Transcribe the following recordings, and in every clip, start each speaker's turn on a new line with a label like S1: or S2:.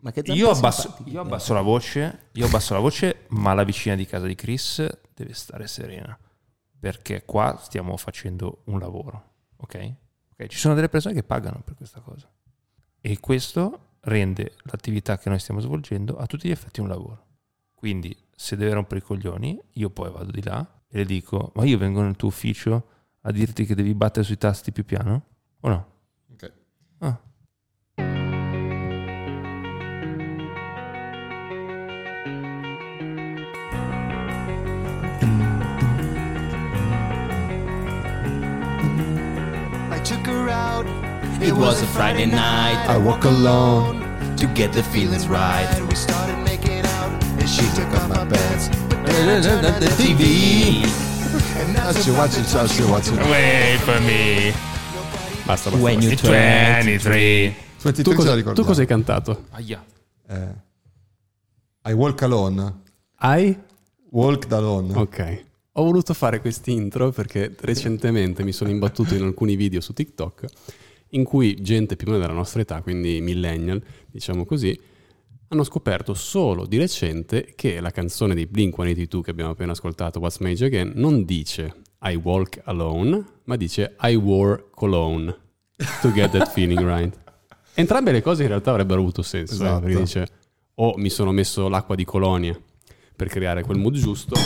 S1: Ma che zampe
S2: Io abbasso,
S1: simpatiche.
S2: io abbasso la voce, io abbasso la voce, ma la vicina di casa di Chris deve stare serena. Perché qua stiamo facendo un lavoro, ok? Ok, Ci sono delle persone che pagano per questa cosa. E questo rende l'attività che noi stiamo svolgendo a tutti gli effetti un lavoro. Quindi, se deve rompere i coglioni, io poi vado di là e le dico: Ma io vengo nel tuo ufficio a dirti che devi battere sui tasti più piano? O no?
S3: Ok.
S2: Ah.
S4: I took her out.
S1: It was a Friday night.
S4: I walk alone to get the feelings right. We started making out, and she took off my pants. But then I turned on the TV, and now she watches, now she watches.
S2: Wait for me.
S3: Basta, basta.
S1: When you
S3: basta.
S1: turn.
S2: 23.
S3: Smetti,
S5: Tu
S3: tu cosa
S5: cosa,
S3: ricordi?
S5: tu cosa hai cantato?
S2: Aia.
S3: Eh, I walk alone.
S5: Hai?
S3: Walk da alone.
S5: Ok. Ho voluto fare quest'intro perché recentemente mi sono imbattuto in alcuni video su TikTok in cui gente più o meno della nostra età, quindi millennial, diciamo così, hanno scoperto solo di recente che la canzone di Blink-182 che abbiamo appena ascoltato, What's Made You Again, non dice I walk alone, ma dice I wore cologne to get that feeling right. Entrambe le cose in realtà avrebbero avuto senso, eh,
S3: Esatto.
S5: perché dice o mi sono messo l'acqua di colonia per creare quel mood giusto,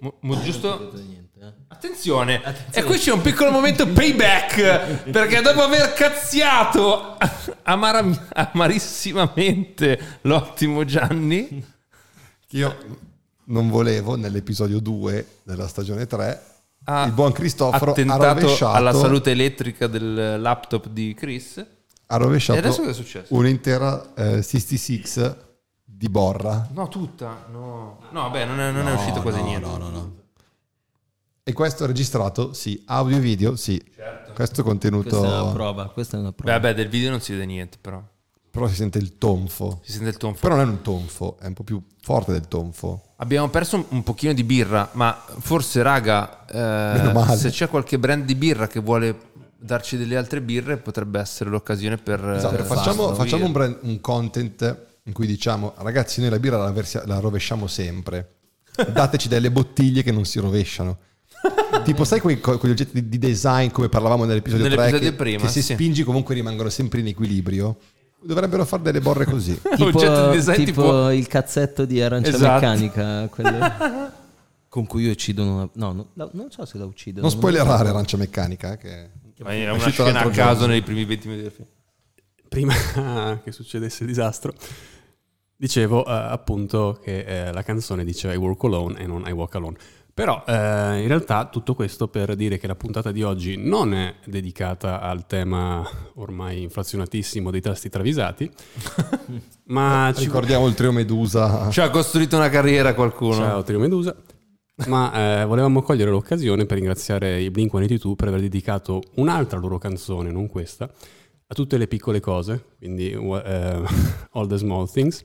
S2: Mo- mo giusto.
S1: Niente, eh.
S2: Attenzione. E qui c'è un piccolo momento payback. Perché dopo aver cazziato amara- amarissimamente l'ottimo Gianni,
S3: Che Io non volevo nell'episodio 2 della stagione 3.
S2: ha
S3: il buon Cristoforo ha
S2: Ah, attentato
S3: rovesciato,
S2: alla salute elettrica del laptop di Chris.
S3: ha
S2: E
S3: rovesciato
S2: adesso cosa è successo?
S3: un'intera eh, 66 di borra.
S2: No, tutta. No, no vabbè, non è, non è uscito quasi niente.
S3: No, no, no. E questo è registrato, sì. Audio e video, sì.
S2: Certo.
S3: Questo è contenuto...
S1: Questa è una prova, questa è una
S2: Beh,
S1: prova.
S2: vabbè, del video non si vede niente, però.
S3: però si sente il tonfo.
S2: Si sente il tonfo.
S3: Però non è un tonfo, è un po' più forte del tonfo.
S2: Abbiamo perso un- un pochino di birra, ma forse, raga, eh,
S3: Meno male.
S2: se c'è qualche brand di birra che vuole darci delle altre birre, potrebbe essere l'occasione per... eh,
S3: Esatto,
S2: per
S3: facciamo,
S2: farlo.
S3: facciamo un, brand- un content in cui diciamo, ragazzi, noi la birra la, versia- la rovesciamo sempre. Dateci delle bottiglie che non si rovesciano. tipo, sai quei, co- quegli oggetti di, di design come parlavamo nell'episodio 3
S2: Nell'episodio
S3: che,
S2: prima,
S3: che se
S2: sì.
S3: spingi comunque rimangono sempre in equilibrio? Dovrebbero fare delle borre così.
S2: Oggetto
S1: Tipo,
S2: di design,
S1: tipo
S2: tipo-
S1: il cazzetto di arancia
S2: Esatto.
S1: meccanica, quello con cui uccidono una... No, no, la- non so se la uccidono.
S3: Non spoilerare
S1: so.
S3: Arancia Meccanica, eh, che
S2: Ma Era una
S3: uscito
S2: scena a
S3: l'altro
S2: caso
S3: giorno.
S2: nei primi 20 minuti del film.
S5: prima che succedesse il disastro, dicevo eh, appunto che eh, la canzone dice I walk alone e non I walk alone. Però eh, in realtà tutto questo per dire che la puntata di oggi non è dedicata al tema ormai inflazionatissimo dei tasti travisati, ma ci
S3: ricordiamo il trio Medusa.
S2: Ci ha costruito una carriera qualcuno.
S5: Ciao Trio Medusa. Ma eh, volevamo cogliere l'occasione per ringraziare i Blink-182 per aver dedicato un'altra loro canzone, non questa, a tutte le piccole cose, quindi uh, eh, All the Small Things.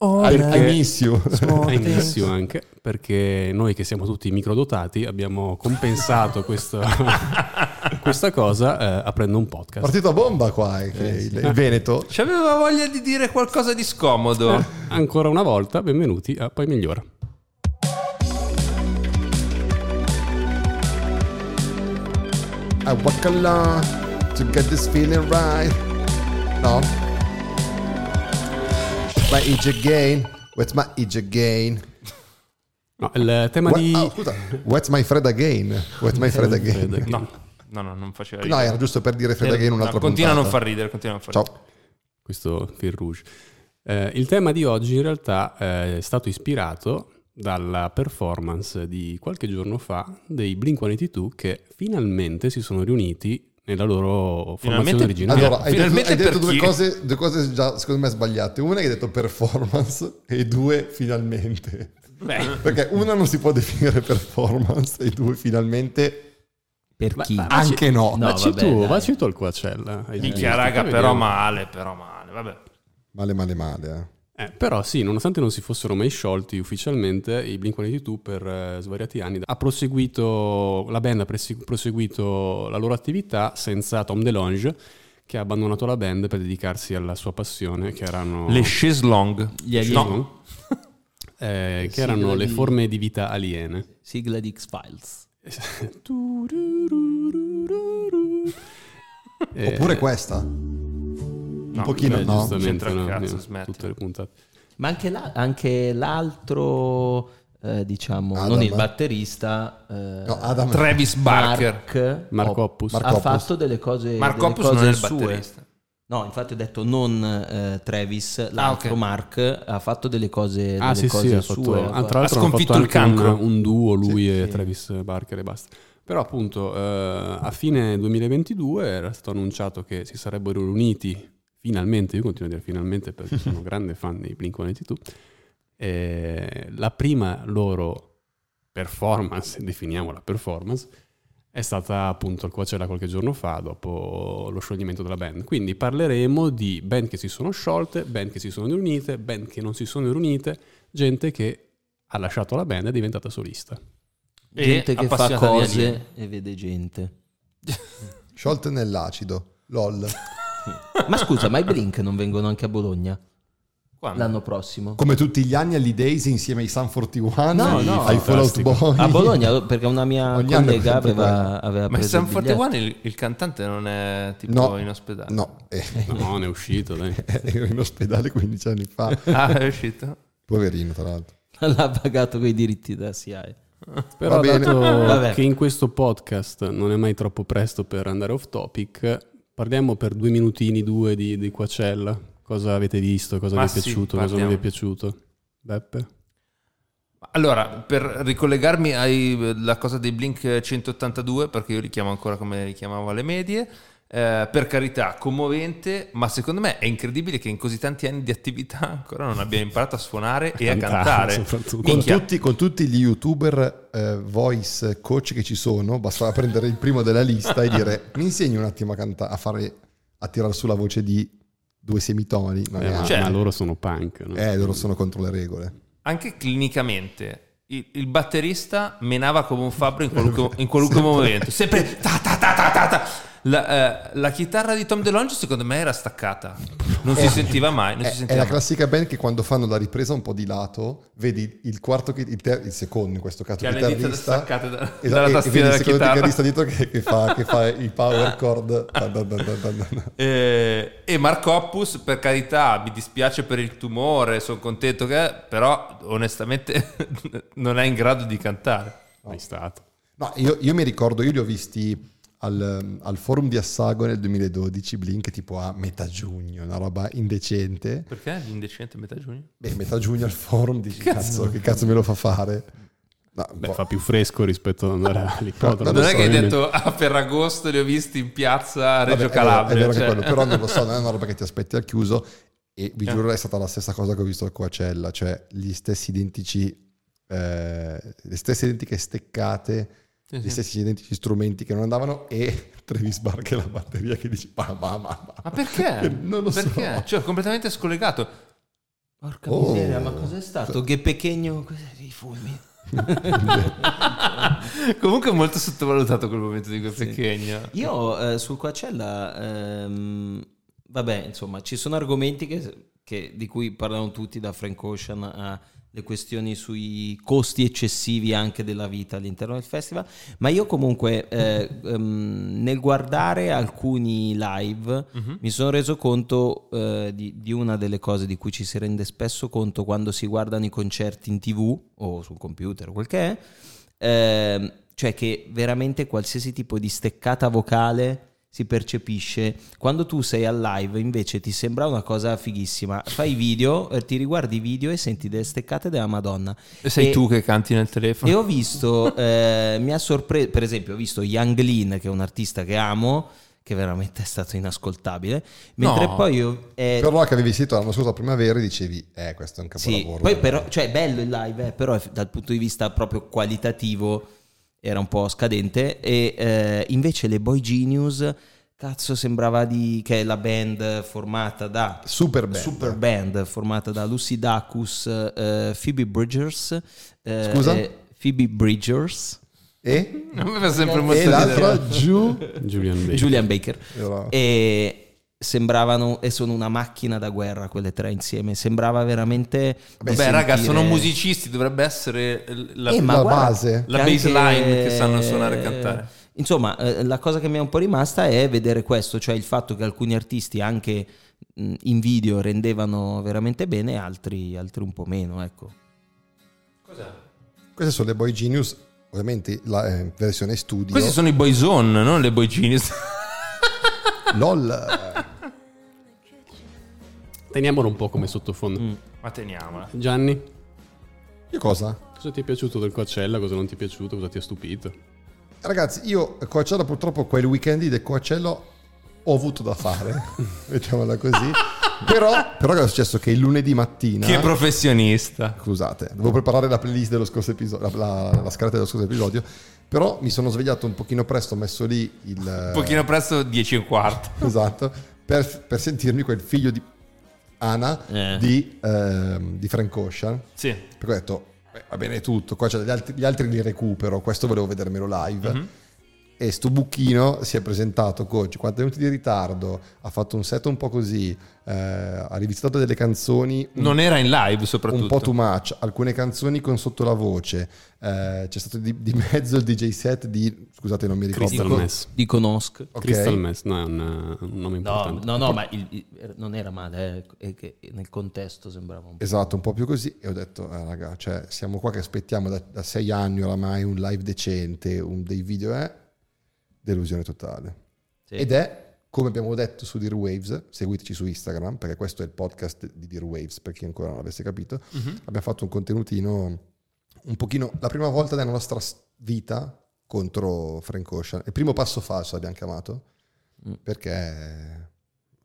S3: I miss you.
S5: È inizio anche perché noi che siamo tutti microdotati abbiamo compensato questo- questa cosa eh, aprendo un podcast.
S3: Partito a bomba qua, eh, che il, il Veneto.
S2: Ci aveva voglia di dire qualcosa di scomodo.
S3: Eh.
S5: Ancora una volta, benvenuti a Poi Migliora.
S3: I walk along to get this feeling right. No. My age again. What's my age again?
S5: No, il tema
S3: What-
S5: di...
S3: ah, scusa. What's my Fred again? What's my Fred again?
S2: No, no, Eh, no, non faceva
S3: No,
S2: ridere.
S3: era giusto per dire Fred
S2: Era-
S3: again un'altra
S2: no, continua a non
S3: puntata.
S2: far ridere, continua a non far ridere.
S3: Ciao.
S5: questo fil rouge. Eh, il tema di oggi in realtà eh, è stato ispirato dalla performance di qualche giorno fa dei Blink-182 che finalmente si sono riuniti nella loro
S2: Finalmente?
S5: formazione originale.
S3: Allora, hai detto,
S2: Finalmente
S3: hai detto
S2: per
S3: due,
S2: chi?
S3: cose, due cose già secondo me sbagliate. Una è che hai detto performance e due finalmente.
S2: Beh,
S3: Perché una non si può definire performance e due finalmente
S1: Per chi?
S5: Ma- ma-
S3: anche no.
S1: No,
S5: Vacci
S1: vabbè,
S5: tu,
S1: dai.
S5: vacci tu al Coacella. cioè, Hai
S2: minchia
S5: visto?
S2: raga,
S5: Poi
S2: però
S5: vediamo.
S2: male, però male. Vabbè.
S3: Male, male, male. eh.
S5: Eh, però sì, nonostante non si fossero mai sciolti ufficialmente, i Blink-182 per eh, svariati anni ha proseguito, la band ha presi- proseguito la loro attività senza Tom DeLonge, che ha abbandonato la band per dedicarsi alla sua passione, che erano
S2: Le Cheslong.
S1: Gli alieni.
S2: No,
S5: eh, che
S1: Sigla
S5: erano le
S1: di-
S5: forme di vita aliene.
S1: Sigla di X-Files.
S5: Eh,
S3: Oppure questa.
S2: un
S3: pochino,
S5: beh,
S3: no.
S5: giustamente,
S2: C'entra il
S5: no,
S2: cazzo,
S5: eh,
S2: smetti.
S5: tutte le puntate.
S1: Ma anche, la- anche l'altro, eh, diciamo,
S3: Adam.
S1: non il batterista, eh,
S3: No, Adam.
S2: Travis Barker.
S1: Mark,
S5: Mark
S1: Op-
S5: Oppus.
S3: Mark
S1: ha
S3: Oppus.
S1: fatto delle cose,
S2: Marco
S1: delle
S2: Oppus
S1: cose
S2: non è il
S1: sue.
S2: batterista. Ah,
S1: No, infatti ho detto non eh, Travis, l'altro
S2: ok.
S1: Mark ha fatto delle cose,
S5: Ah,
S1: delle
S5: sì, sì,
S1: cose
S5: ha
S1: sue.
S5: fatto, ah, tra
S2: Ha
S5: l'altro hanno
S2: sconfitto
S5: fatto
S2: il
S5: anche un-
S2: cancro.
S5: Un, duo, lui
S1: Sì,
S5: e
S1: sì.
S5: Travis Barker e basta. Però appunto eh, a fine 2022 era stato annunciato che si sarebbero riuniti finalmente, io continuo a dire finalmente perché sono grande fan di Blink-182, eh, la prima loro performance, definiamola performance, è stata appunto al Coachella qualche giorno fa dopo lo scioglimento della band. Quindi parleremo di band che si sono sciolte, band che si sono riunite, band che non si sono riunite, gente che ha lasciato la band e è diventata solista.
S1: gente
S2: E
S1: che fa
S2: appassionata di alieni.
S1: cose e vede gente.
S3: Sciolte nell'acido. LOL.
S1: Ma scusa, ma i Blink non vengono anche a Bologna
S2: Quando?
S1: l'anno prossimo?
S3: Come tutti gli anni agli Daisy insieme ai Sun 41,
S1: No,
S3: ai-
S1: no,
S3: ai Fallout
S5: fantastico.
S3: Boy.
S1: A Bologna, perché una mia
S3: Ogni anno è
S1: collega
S3: sempre
S1: aveva, aveva
S2: Ma il
S1: preso il
S2: San
S1: biglietto.
S2: 41 il, il cantante non è tipo
S3: No.
S2: in ospedale?
S3: No, eh,
S5: No, ne è uscito, dai.
S3: ero in ospedale 15 anni fa.
S2: Ah, è uscito?
S3: Poverino, tra l'altro.
S1: l'ha pagato quei diritti da SIAE.
S5: Oh. Però
S3: Va bene.
S5: dato
S1: Vabbè.
S5: che in questo podcast non è mai troppo presto per andare off topic, parliamo per due minutini, due di, di Coachella. Cosa avete visto, cosa
S2: Ma
S5: vi è
S2: sì,
S5: piaciuto, cosa non
S2: parliamo.
S5: vi è piaciuto. Beppe?
S2: Allora, per ricollegarmi alla cosa dei Blink 182, perché io li chiamo ancora come li chiamavo alle medie, eh, per carità, commovente, ma secondo me è incredibile che in così tanti anni di attività ancora non abbiamo imparato a suonare e
S1: Ah,
S2: a cantare.
S5: soprattutto.
S3: Con
S2: Minchia.
S3: tutti, con tutti gli youtuber eh, voice coach che ci sono, bastava prendere il primo della lista e dire mi insegni un attimo a, canta- a fare a tirare su la voce di due semitoni. Ma
S5: Eh, ma, certo.
S3: neanche.
S2: Cioè-
S5: ma loro sono punk. no?
S3: eh, loro sono contro le regole.
S2: Anche clinicamente. Il il batterista menava come un fabbro in qualunque, in qualunque momento, sempre ta ta ta ta ta ta. La, eh, la chitarra di Tom DeLonge secondo me era staccata, non si sentiva mai. Non
S3: Eh. È,
S2: si
S3: è
S2: sentiva
S3: la
S2: mai.
S3: classica band che quando fanno la ripresa un po' di lato, vedi il quarto, chi- il, ter- il secondo in questo caso,
S2: Che ha le dita
S3: chitarrista,
S2: staccate da-
S3: Esatto,
S2: dalla
S3: e- e
S2: tastiera
S3: vedi il
S2: della
S3: secondo
S2: chitarra.
S3: chitarrista dietro che, che fa, che fa i power chord. Da- da- da- da- da- da.
S2: Eh, e Marco Oppus, per carità, mi dispiace per il tumore, sono contento che... però onestamente non è in grado di cantare.
S5: Mai stato.
S3: No, io, io mi ricordo, io li ho visti al, al forum di Assago nel 2012, Blink, tipo a metà giugno, una roba indecente.
S2: Perché l'indecente metà giugno?
S3: Beh, metà giugno al forum, dici, cazzo, che cazzo me lo fa fare? No,
S5: Beh,
S3: boh.
S5: fa più fresco rispetto ad andare all'ippodromo.
S3: Non
S2: Non è che hai
S5: probabilmente.
S2: detto a Ferragosto li ho visti in piazza a
S3: Vabbè,
S2: Reggio
S3: è vero-
S2: Calabria.
S3: È vero che
S2: cioè-
S3: quello, però non lo so, non è una roba che ti aspetti al chiuso. E
S2: Eh.
S3: vi giuro, è stata la stessa cosa che ho visto al Coacella, cioè gli stessi identici, eh, le stesse identiche steccate,
S2: Sì,
S3: gli
S2: sì.
S3: stessi identici strumenti che non andavano e Travis Barker la batteria che dice, ma ma ma ma.
S2: Ma perché?
S3: Non lo so.
S2: perché? Cioè, completamente scollegato.
S1: Porca
S3: Oh.
S1: miseria, ma cos'è stato? Che pechegno, cos'è? I fulmini.
S2: Comunque è molto sottovalutato quel momento di quel pechegno.
S1: Io eh, sul Coachella, ehm, vabbè, insomma, ci sono argomenti che- che- di cui parlano tutti, da Frank Ocean a le questioni sui costi eccessivi anche della vita all'interno del festival, ma io comunque eh, ehm, nel guardare alcuni live mi sono reso conto eh, di, di una delle cose di cui ci si rende spesso conto quando si guardano i concerti in tv o sul computer o quel che è, ehm, cioè che veramente qualsiasi tipo di steccata vocale si percepisce quando tu sei al live invece ti sembra una cosa fighissima fai i video eh, ti riguardi i video e senti delle steccate della madonna
S2: E sei
S1: E-
S2: tu che canti nel telefono?
S1: e ho visto, eh, mi ha sorpreso, per esempio, ho visto Yang Lin, che è un artista che amo, che veramente è stato inascoltabile, mentre
S2: No.
S1: poi io... eh,
S3: Però che avevi sentito l'anno scorso a primavera e dicevi, eh, questo è un
S1: sì,
S3: capolavoro.
S1: poi però, cioè, è bello il live, eh, però eff- dal punto di vista proprio qualitativo era un po' scadente, e eh, invece le Boy Genius, cazzo, sembrava di... che è la band formata da
S3: Super band.
S1: super band formata da Lucy Dacus, eh, Phoebe Bridgers, eh,
S3: Scusa?
S1: e Phoebe Bridgers,
S3: E?
S2: A me fa sempre
S3: E
S2: molto ridere.
S3: l'altra giù.
S5: Julian Baker.
S3: Esatto.
S1: Julian Baker.
S3: Era-
S1: E, sembravano e sono una macchina da guerra quelle tre insieme sembrava veramente
S2: Beh,
S1: di
S2: raga,
S1: sentire-
S2: sono musicisti, dovrebbe essere l- la,
S1: Eh,
S3: ma
S2: la-
S3: guarda, base.
S2: la
S1: che anche-
S2: baseline che sanno suonare e cantare.
S1: Insomma, eh, la cosa che mi è un po' rimasta è vedere questo, cioè il fatto che alcuni artisti anche mh, in video rendevano veramente bene, altri, altri un po' meno, ecco.
S3: Queste sono le Boy Genius, ovviamente la eh, versione studio.
S2: Questi sono i boyzone, non le boy genius.
S3: LOL.
S5: Teniamolo un po' come sottofondo.
S2: Ma teniamola.
S5: Gianni,
S3: Io cosa?
S5: cosa ti è piaciuto del Coachella? Cosa non ti è piaciuto? Cosa ti ha stupito?
S3: Ragazzi, io Coachella purtroppo quel weekend lì del Coachella ho avuto da fare, mettiamola così. però, però cosa è successo? Che il lunedì mattina...
S2: Che
S3: Eh.
S2: professionista.
S3: Scusate, devo preparare la playlist dello scorso episodio, la, la- la scaletta dello scorso episodio, però mi sono svegliato un pochino presto, ho messo lì il...
S2: Un pochino presto 10 e un quarto.
S3: Esatto, per, per sentirmi quel figlio di Ana
S1: Eh.
S3: di, ehm, di Frank Ocean.
S2: Sì.
S3: Perché ho detto, "Beh, va bene tutto, qua c'è gli altri, gli altri li recupero, questo volevo vedermelo live.
S5: Mhm.
S3: E sto bucchino si è presentato con 50 minuti di ritardo, ha fatto un set un po' così, eh, ha rivisitato delle canzoni un,
S2: Non era in live soprattutto.
S3: un po' too much, alcune canzoni con sotto la voce, eh, c'è stato di, di mezzo il DJ set di, scusate non mi ricordo,
S5: Crystal
S3: co-
S5: Mess.
S1: Di conosco.
S3: ok,
S5: Crystal Mess, no, è un, eh, un nome
S1: No,
S5: importante.
S1: no, no, ma il- il- non era male, eh, è che nel contesto sembrava un po'.
S3: Esatto, un po' più così. E ho detto, eh, raga, cioè, siamo qua che aspettiamo da, da sei anni oramai un live decente, un, dei video, eh? Delusione totale.
S1: Sì.
S3: Ed è, come abbiamo detto su Dear Waves, seguiteci su Instagram, perché questo è il podcast di Dear Waves, per chi ancora non l'avesse capito. Abbiamo fatto un contenutino un pochino, la prima volta della nostra s- vita contro Frank Ocean. Il primo passo falso l'abbiamo chiamato,
S1: Mm.
S3: perché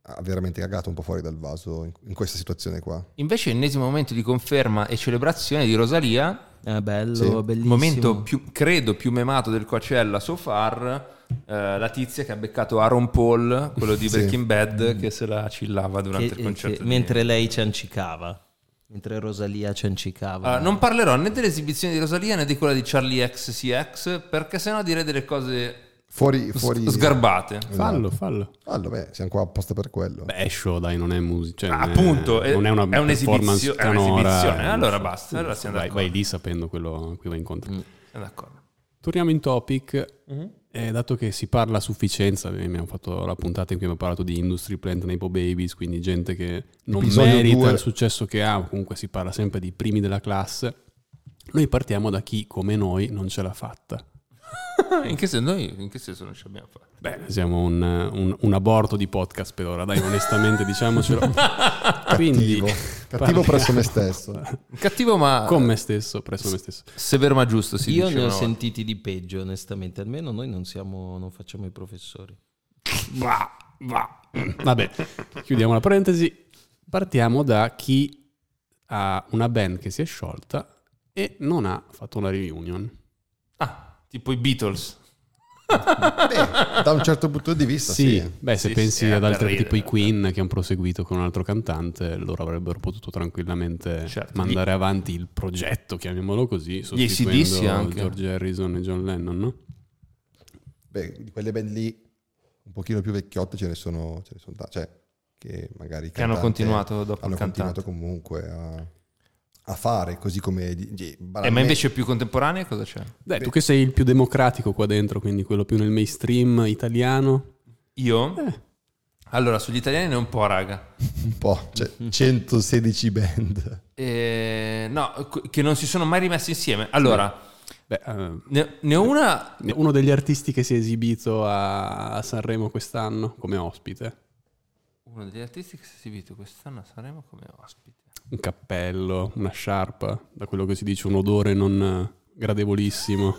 S3: ha veramente cagato un po' fuori dal vaso in- in questa situazione qua.
S2: Invece ennesimo momento di conferma e celebrazione di Rosalia
S1: È Eh, bello,
S3: Sì.
S2: Il
S1: bellissimo.
S2: momento più, credo più memato del Coachella so far eh, la tizia che ha beccato Aaron Paul quello di
S3: Sì.
S2: Breaking Bad che se la cillava
S1: Che- eh,
S2: durante il concerto
S1: che-
S2: di-
S1: mentre lei ciancicava, mentre Rosalia ciancicava.
S2: Allora, Ah, non parlerò né dell'esibizione di Rosalia né di quella di Charlie XCX perché sennò direi delle cose
S3: Fuori,
S2: s-
S3: fuori...
S2: sgarbate
S5: Fallo, fallo.
S3: Allora, beh, siamo qua apposta per quello.
S5: Beh, è show, dai, non è musica. Cioè,
S2: Ah,
S5: non è-
S2: appunto è,
S5: non è una
S2: è
S5: performance
S2: un'esibizio- è
S5: canora,
S2: un'esibizione
S5: è un
S2: allora
S5: show.
S2: basta allora siamo
S5: vai,
S2: d'accordo,
S5: vai lì sapendo quello a cui vai incontro.
S2: Siamo Eh, d'accordo.
S5: Torniamo in topic. Eh, dato che si parla a sufficienza, eh, abbiamo fatto la puntata in cui abbiamo parlato di Industry Plant Napo Babies, quindi gente che non
S3: Episodio
S5: merita
S3: due.
S5: il successo che ha, o comunque si parla sempre di primi della classe. Noi partiamo da chi, come noi, non ce l'ha fatta.
S2: Ah, in che senso noi in che senso non ci abbiamo fatto
S5: Beh, siamo un, un- un aborto di podcast per ora, dai, onestamente diciamocelo. Quindi,
S3: Cattivo. Cattivo
S5: parliamo-
S3: presso me stesso.
S2: cattivo ma
S5: Con me stesso, presso me stesso.
S2: severo ma giusto si
S1: Io
S2: dice
S1: ne ho
S2: una volta.
S1: sentiti di peggio, onestamente. Almeno noi non siamo, non facciamo i professori.
S5: Vabbè, chiudiamo la parentesi. Partiamo da chi ha una band che si è sciolta e non ha fatto una reunion.
S2: ah tipo i Beatles
S3: Beh, da un certo punto di vista, sì.
S5: beh, se
S2: Sì, sì,
S5: pensi ad
S2: è da
S5: altri
S2: ridere,
S5: tipo i
S2: da
S5: Queen che hanno proseguito con un altro cantante, loro avrebbero potuto tranquillamente
S2: Certo.
S5: mandare avanti il progetto, chiamiamolo così,
S2: AC/DC
S5: sostituendo
S2: anche.
S5: George Harrison e John Lennon, no?
S3: Beh, di quelle band lì un pochino più vecchiotte ce ne sono, ce ne sono ta- cioè che magari il
S2: che hanno
S3: cantante-
S2: continuato dopo
S3: hanno
S2: il cantante.
S3: continuato comunque a, a fare, così come di- di-
S2: Eh, ma
S3: banalmente-
S2: invece più contemporanea cosa c'è?
S5: Dai, tu che sei il più democratico qua dentro, quindi quello più nel mainstream italiano.
S2: Io? Eh.
S5: Eh.
S2: Allora, sugli italiani ne ho un po', raga.
S3: un po', cioè 116 band.
S2: Eh, no, qu- che non si sono mai rimessi insieme. Allora,
S5: Beh, eh,
S2: ne, ne ho una...
S5: Uno degli artisti che si è esibito a a Sanremo quest'anno come ospite.
S2: Uno degli artisti che si è esibito quest'anno a Sanremo come ospite.
S5: Un cappello, una sciarpa, da quello che si dice un odore non eh, gradevolissimo.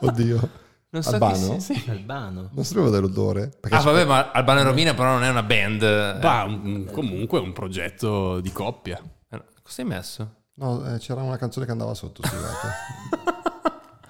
S3: Oddio.
S2: Non so
S3: Albano?
S2: chi sia.
S1: Albano.
S3: Non sapevo dell'odore. Perché
S2: Ah, vabbè, ma Albano e Rovina però non è una band. eh.
S5: Ma un- comunque un progetto di coppia.
S2: Eh, Cosa hai messo?
S3: no, eh, c'era una canzone che andava sotto, scusate.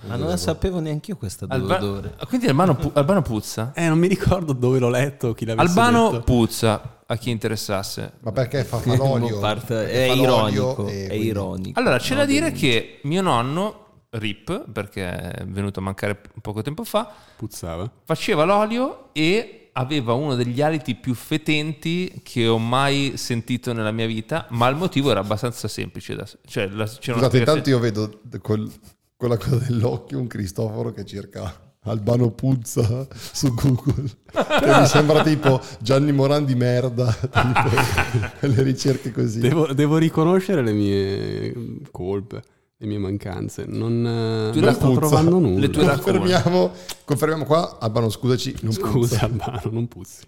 S1: Ma non la sapevo neanche io questa
S2: Alba- Ah,
S1: dell'odore.
S2: Quindi Albano, pu- Albano puzza?
S5: Eh, non mi ricordo dove l'ho letto, chi l'avesse
S2: Albano
S5: detto.
S2: puzza, a chi interessasse.
S3: Ma perché fa, fa l'olio?
S1: Parte-
S3: Perché
S1: è
S3: fa l'olio
S1: ironico,
S3: e
S1: è
S3: quindi-
S1: ironico.
S2: Allora, c'è da dire che mio nonno, Rip, perché è venuto a mancare poco tempo fa,
S5: Puzzava.
S2: faceva l'olio e aveva uno degli aliti più fetenti che ho mai sentito nella mia vita, ma il motivo era abbastanza semplice. da- cioè, la- c'era una
S3: Scusate, intanto
S2: spiegazione-
S3: io vedo col- con la cosa dell'occhio un Cristoforo che cerca Albano Puzza su Google. E mi sembra tipo Gianni Moran di merda, tipo, quelle ricerche così.
S5: Devo, devo riconoscere le mie colpe, le mie mancanze. Non, eh,
S2: Tu
S5: non
S2: la
S5: sto
S3: puzza.
S5: trovando nulla.
S2: Le tue-
S3: confermiamo, confermiamo qua, Albano scusaci, non
S5: Scusa,
S3: puzza.
S5: Albano, non puzzi.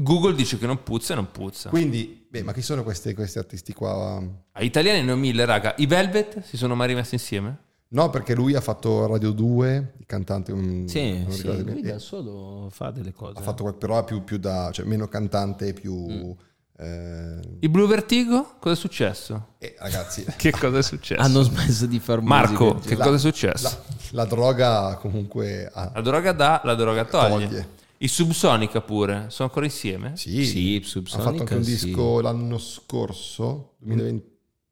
S2: Google dice che non puzza e non puzza.
S3: Quindi, beh, ma chi sono questi, questi artisti qua?
S2: Ah, Italiani ne ho mille, raga. I Velvet si sono mai rimessi insieme?
S3: No, perché lui ha fatto Radio 2, il cantante... mm,
S1: Sì,
S3: non
S1: sì,
S3: ricordo
S1: lui
S3: bene.
S1: da solo fa delle cose.
S3: Ha fatto qual- però è più, più da... Cioè, meno cantante, più...
S1: Mm.
S3: eh,
S2: I Blue Vertigo? Cosa è successo?
S3: eh, ragazzi,
S2: Che cosa è successo?
S1: Hanno Ah, smesso di far
S2: Marco,
S1: musica.
S2: che cosa è successo?
S3: la droga comunque... ha-
S2: La droga dà, la droga toglie.
S3: Toglie.
S2: I Subsonica pure, sono ancora insieme?
S3: Sì,
S1: Sì,
S3: ha fatto anche
S1: Subsonica
S3: un
S1: sì.
S3: disco l'anno scorso,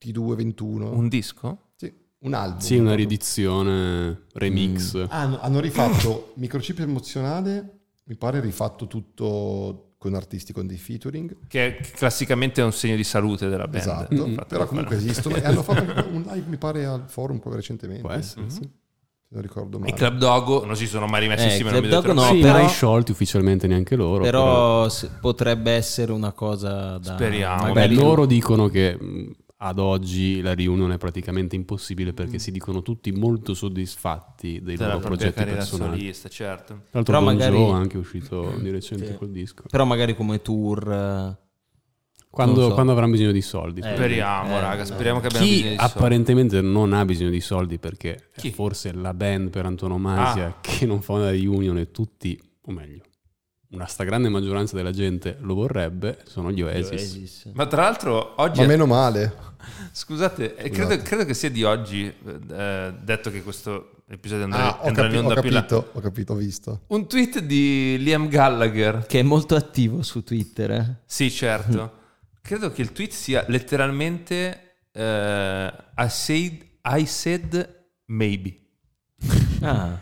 S3: 2022-21.
S2: Un disco?
S3: Sì, un album.
S5: Sì, una riedizione remix.
S3: Hanno, hanno rifatto microchip emozionale, mi pare rifatto tutto con artisti con dei featuring.
S2: Che è- classicamente è un segno di salute della band.
S3: Esatto,
S2: Infatti,
S3: però comunque
S2: quello.
S3: esistono e hanno fatto anche un live, mi pare, al forum poi recentemente.
S5: Può essere, sì. Mm-hmm.
S3: se non ricordo
S2: I
S3: male.
S2: Club Dogo non si sono mai rimessi
S1: Eh,
S2: insieme.
S1: Club
S2: non mi date
S1: Dog
S2: ragione.
S1: No,
S5: Sì,
S1: però-
S5: mai sciolti ufficialmente neanche loro.
S1: Però se- potrebbe essere una cosa da...
S2: Speriamo.
S5: Beh,
S1: magari-
S5: loro dicono che mh, ad oggi la riunione è praticamente impossibile perché si dicono tutti molto soddisfatti dei
S2: Mm. Della
S5: loro
S2: propria
S5: progetti
S2: carriera
S5: personali.
S2: solista, certo.
S5: Tra l'altro,
S1: Però
S5: Bon
S1: magari-
S5: Jovi è anche uscito di recente
S1: Sì.
S5: col disco.
S1: Però magari come tour... eh, Non
S5: Quando,
S1: lo so.
S5: quando avranno bisogno di soldi.
S1: Eh,
S2: Speriamo,
S1: eh,
S2: raga, speriamo che abbiamo bisogno
S5: Chi
S2: di soldi.
S5: apparentemente non ha bisogno di soldi perché è
S2: Chi? Ah.
S5: forse la band per antonomasia che non fa una reunion e tutti, o meglio, una stragrande maggioranza della gente lo vorrebbe, sono gli Oasis.
S1: Oasis.
S2: Eh, Ma tra l'altro oggi
S3: Ma
S2: è
S3: meno male.
S2: Scusate, eh, credo, credo che sia di oggi, eh, detto che questo episodio andrà,
S3: Ah, ho,
S2: andrà
S3: capi-
S2: in
S3: ho
S2: onda più in là.
S3: capito, ho capito, ho visto.
S2: Un tweet di Liam Gallagher.
S1: Che è molto attivo su Twitter. eh.
S2: Sì, certo. credo che il tweet sia letteralmente eh, I, said, I said maybe.
S1: Ah,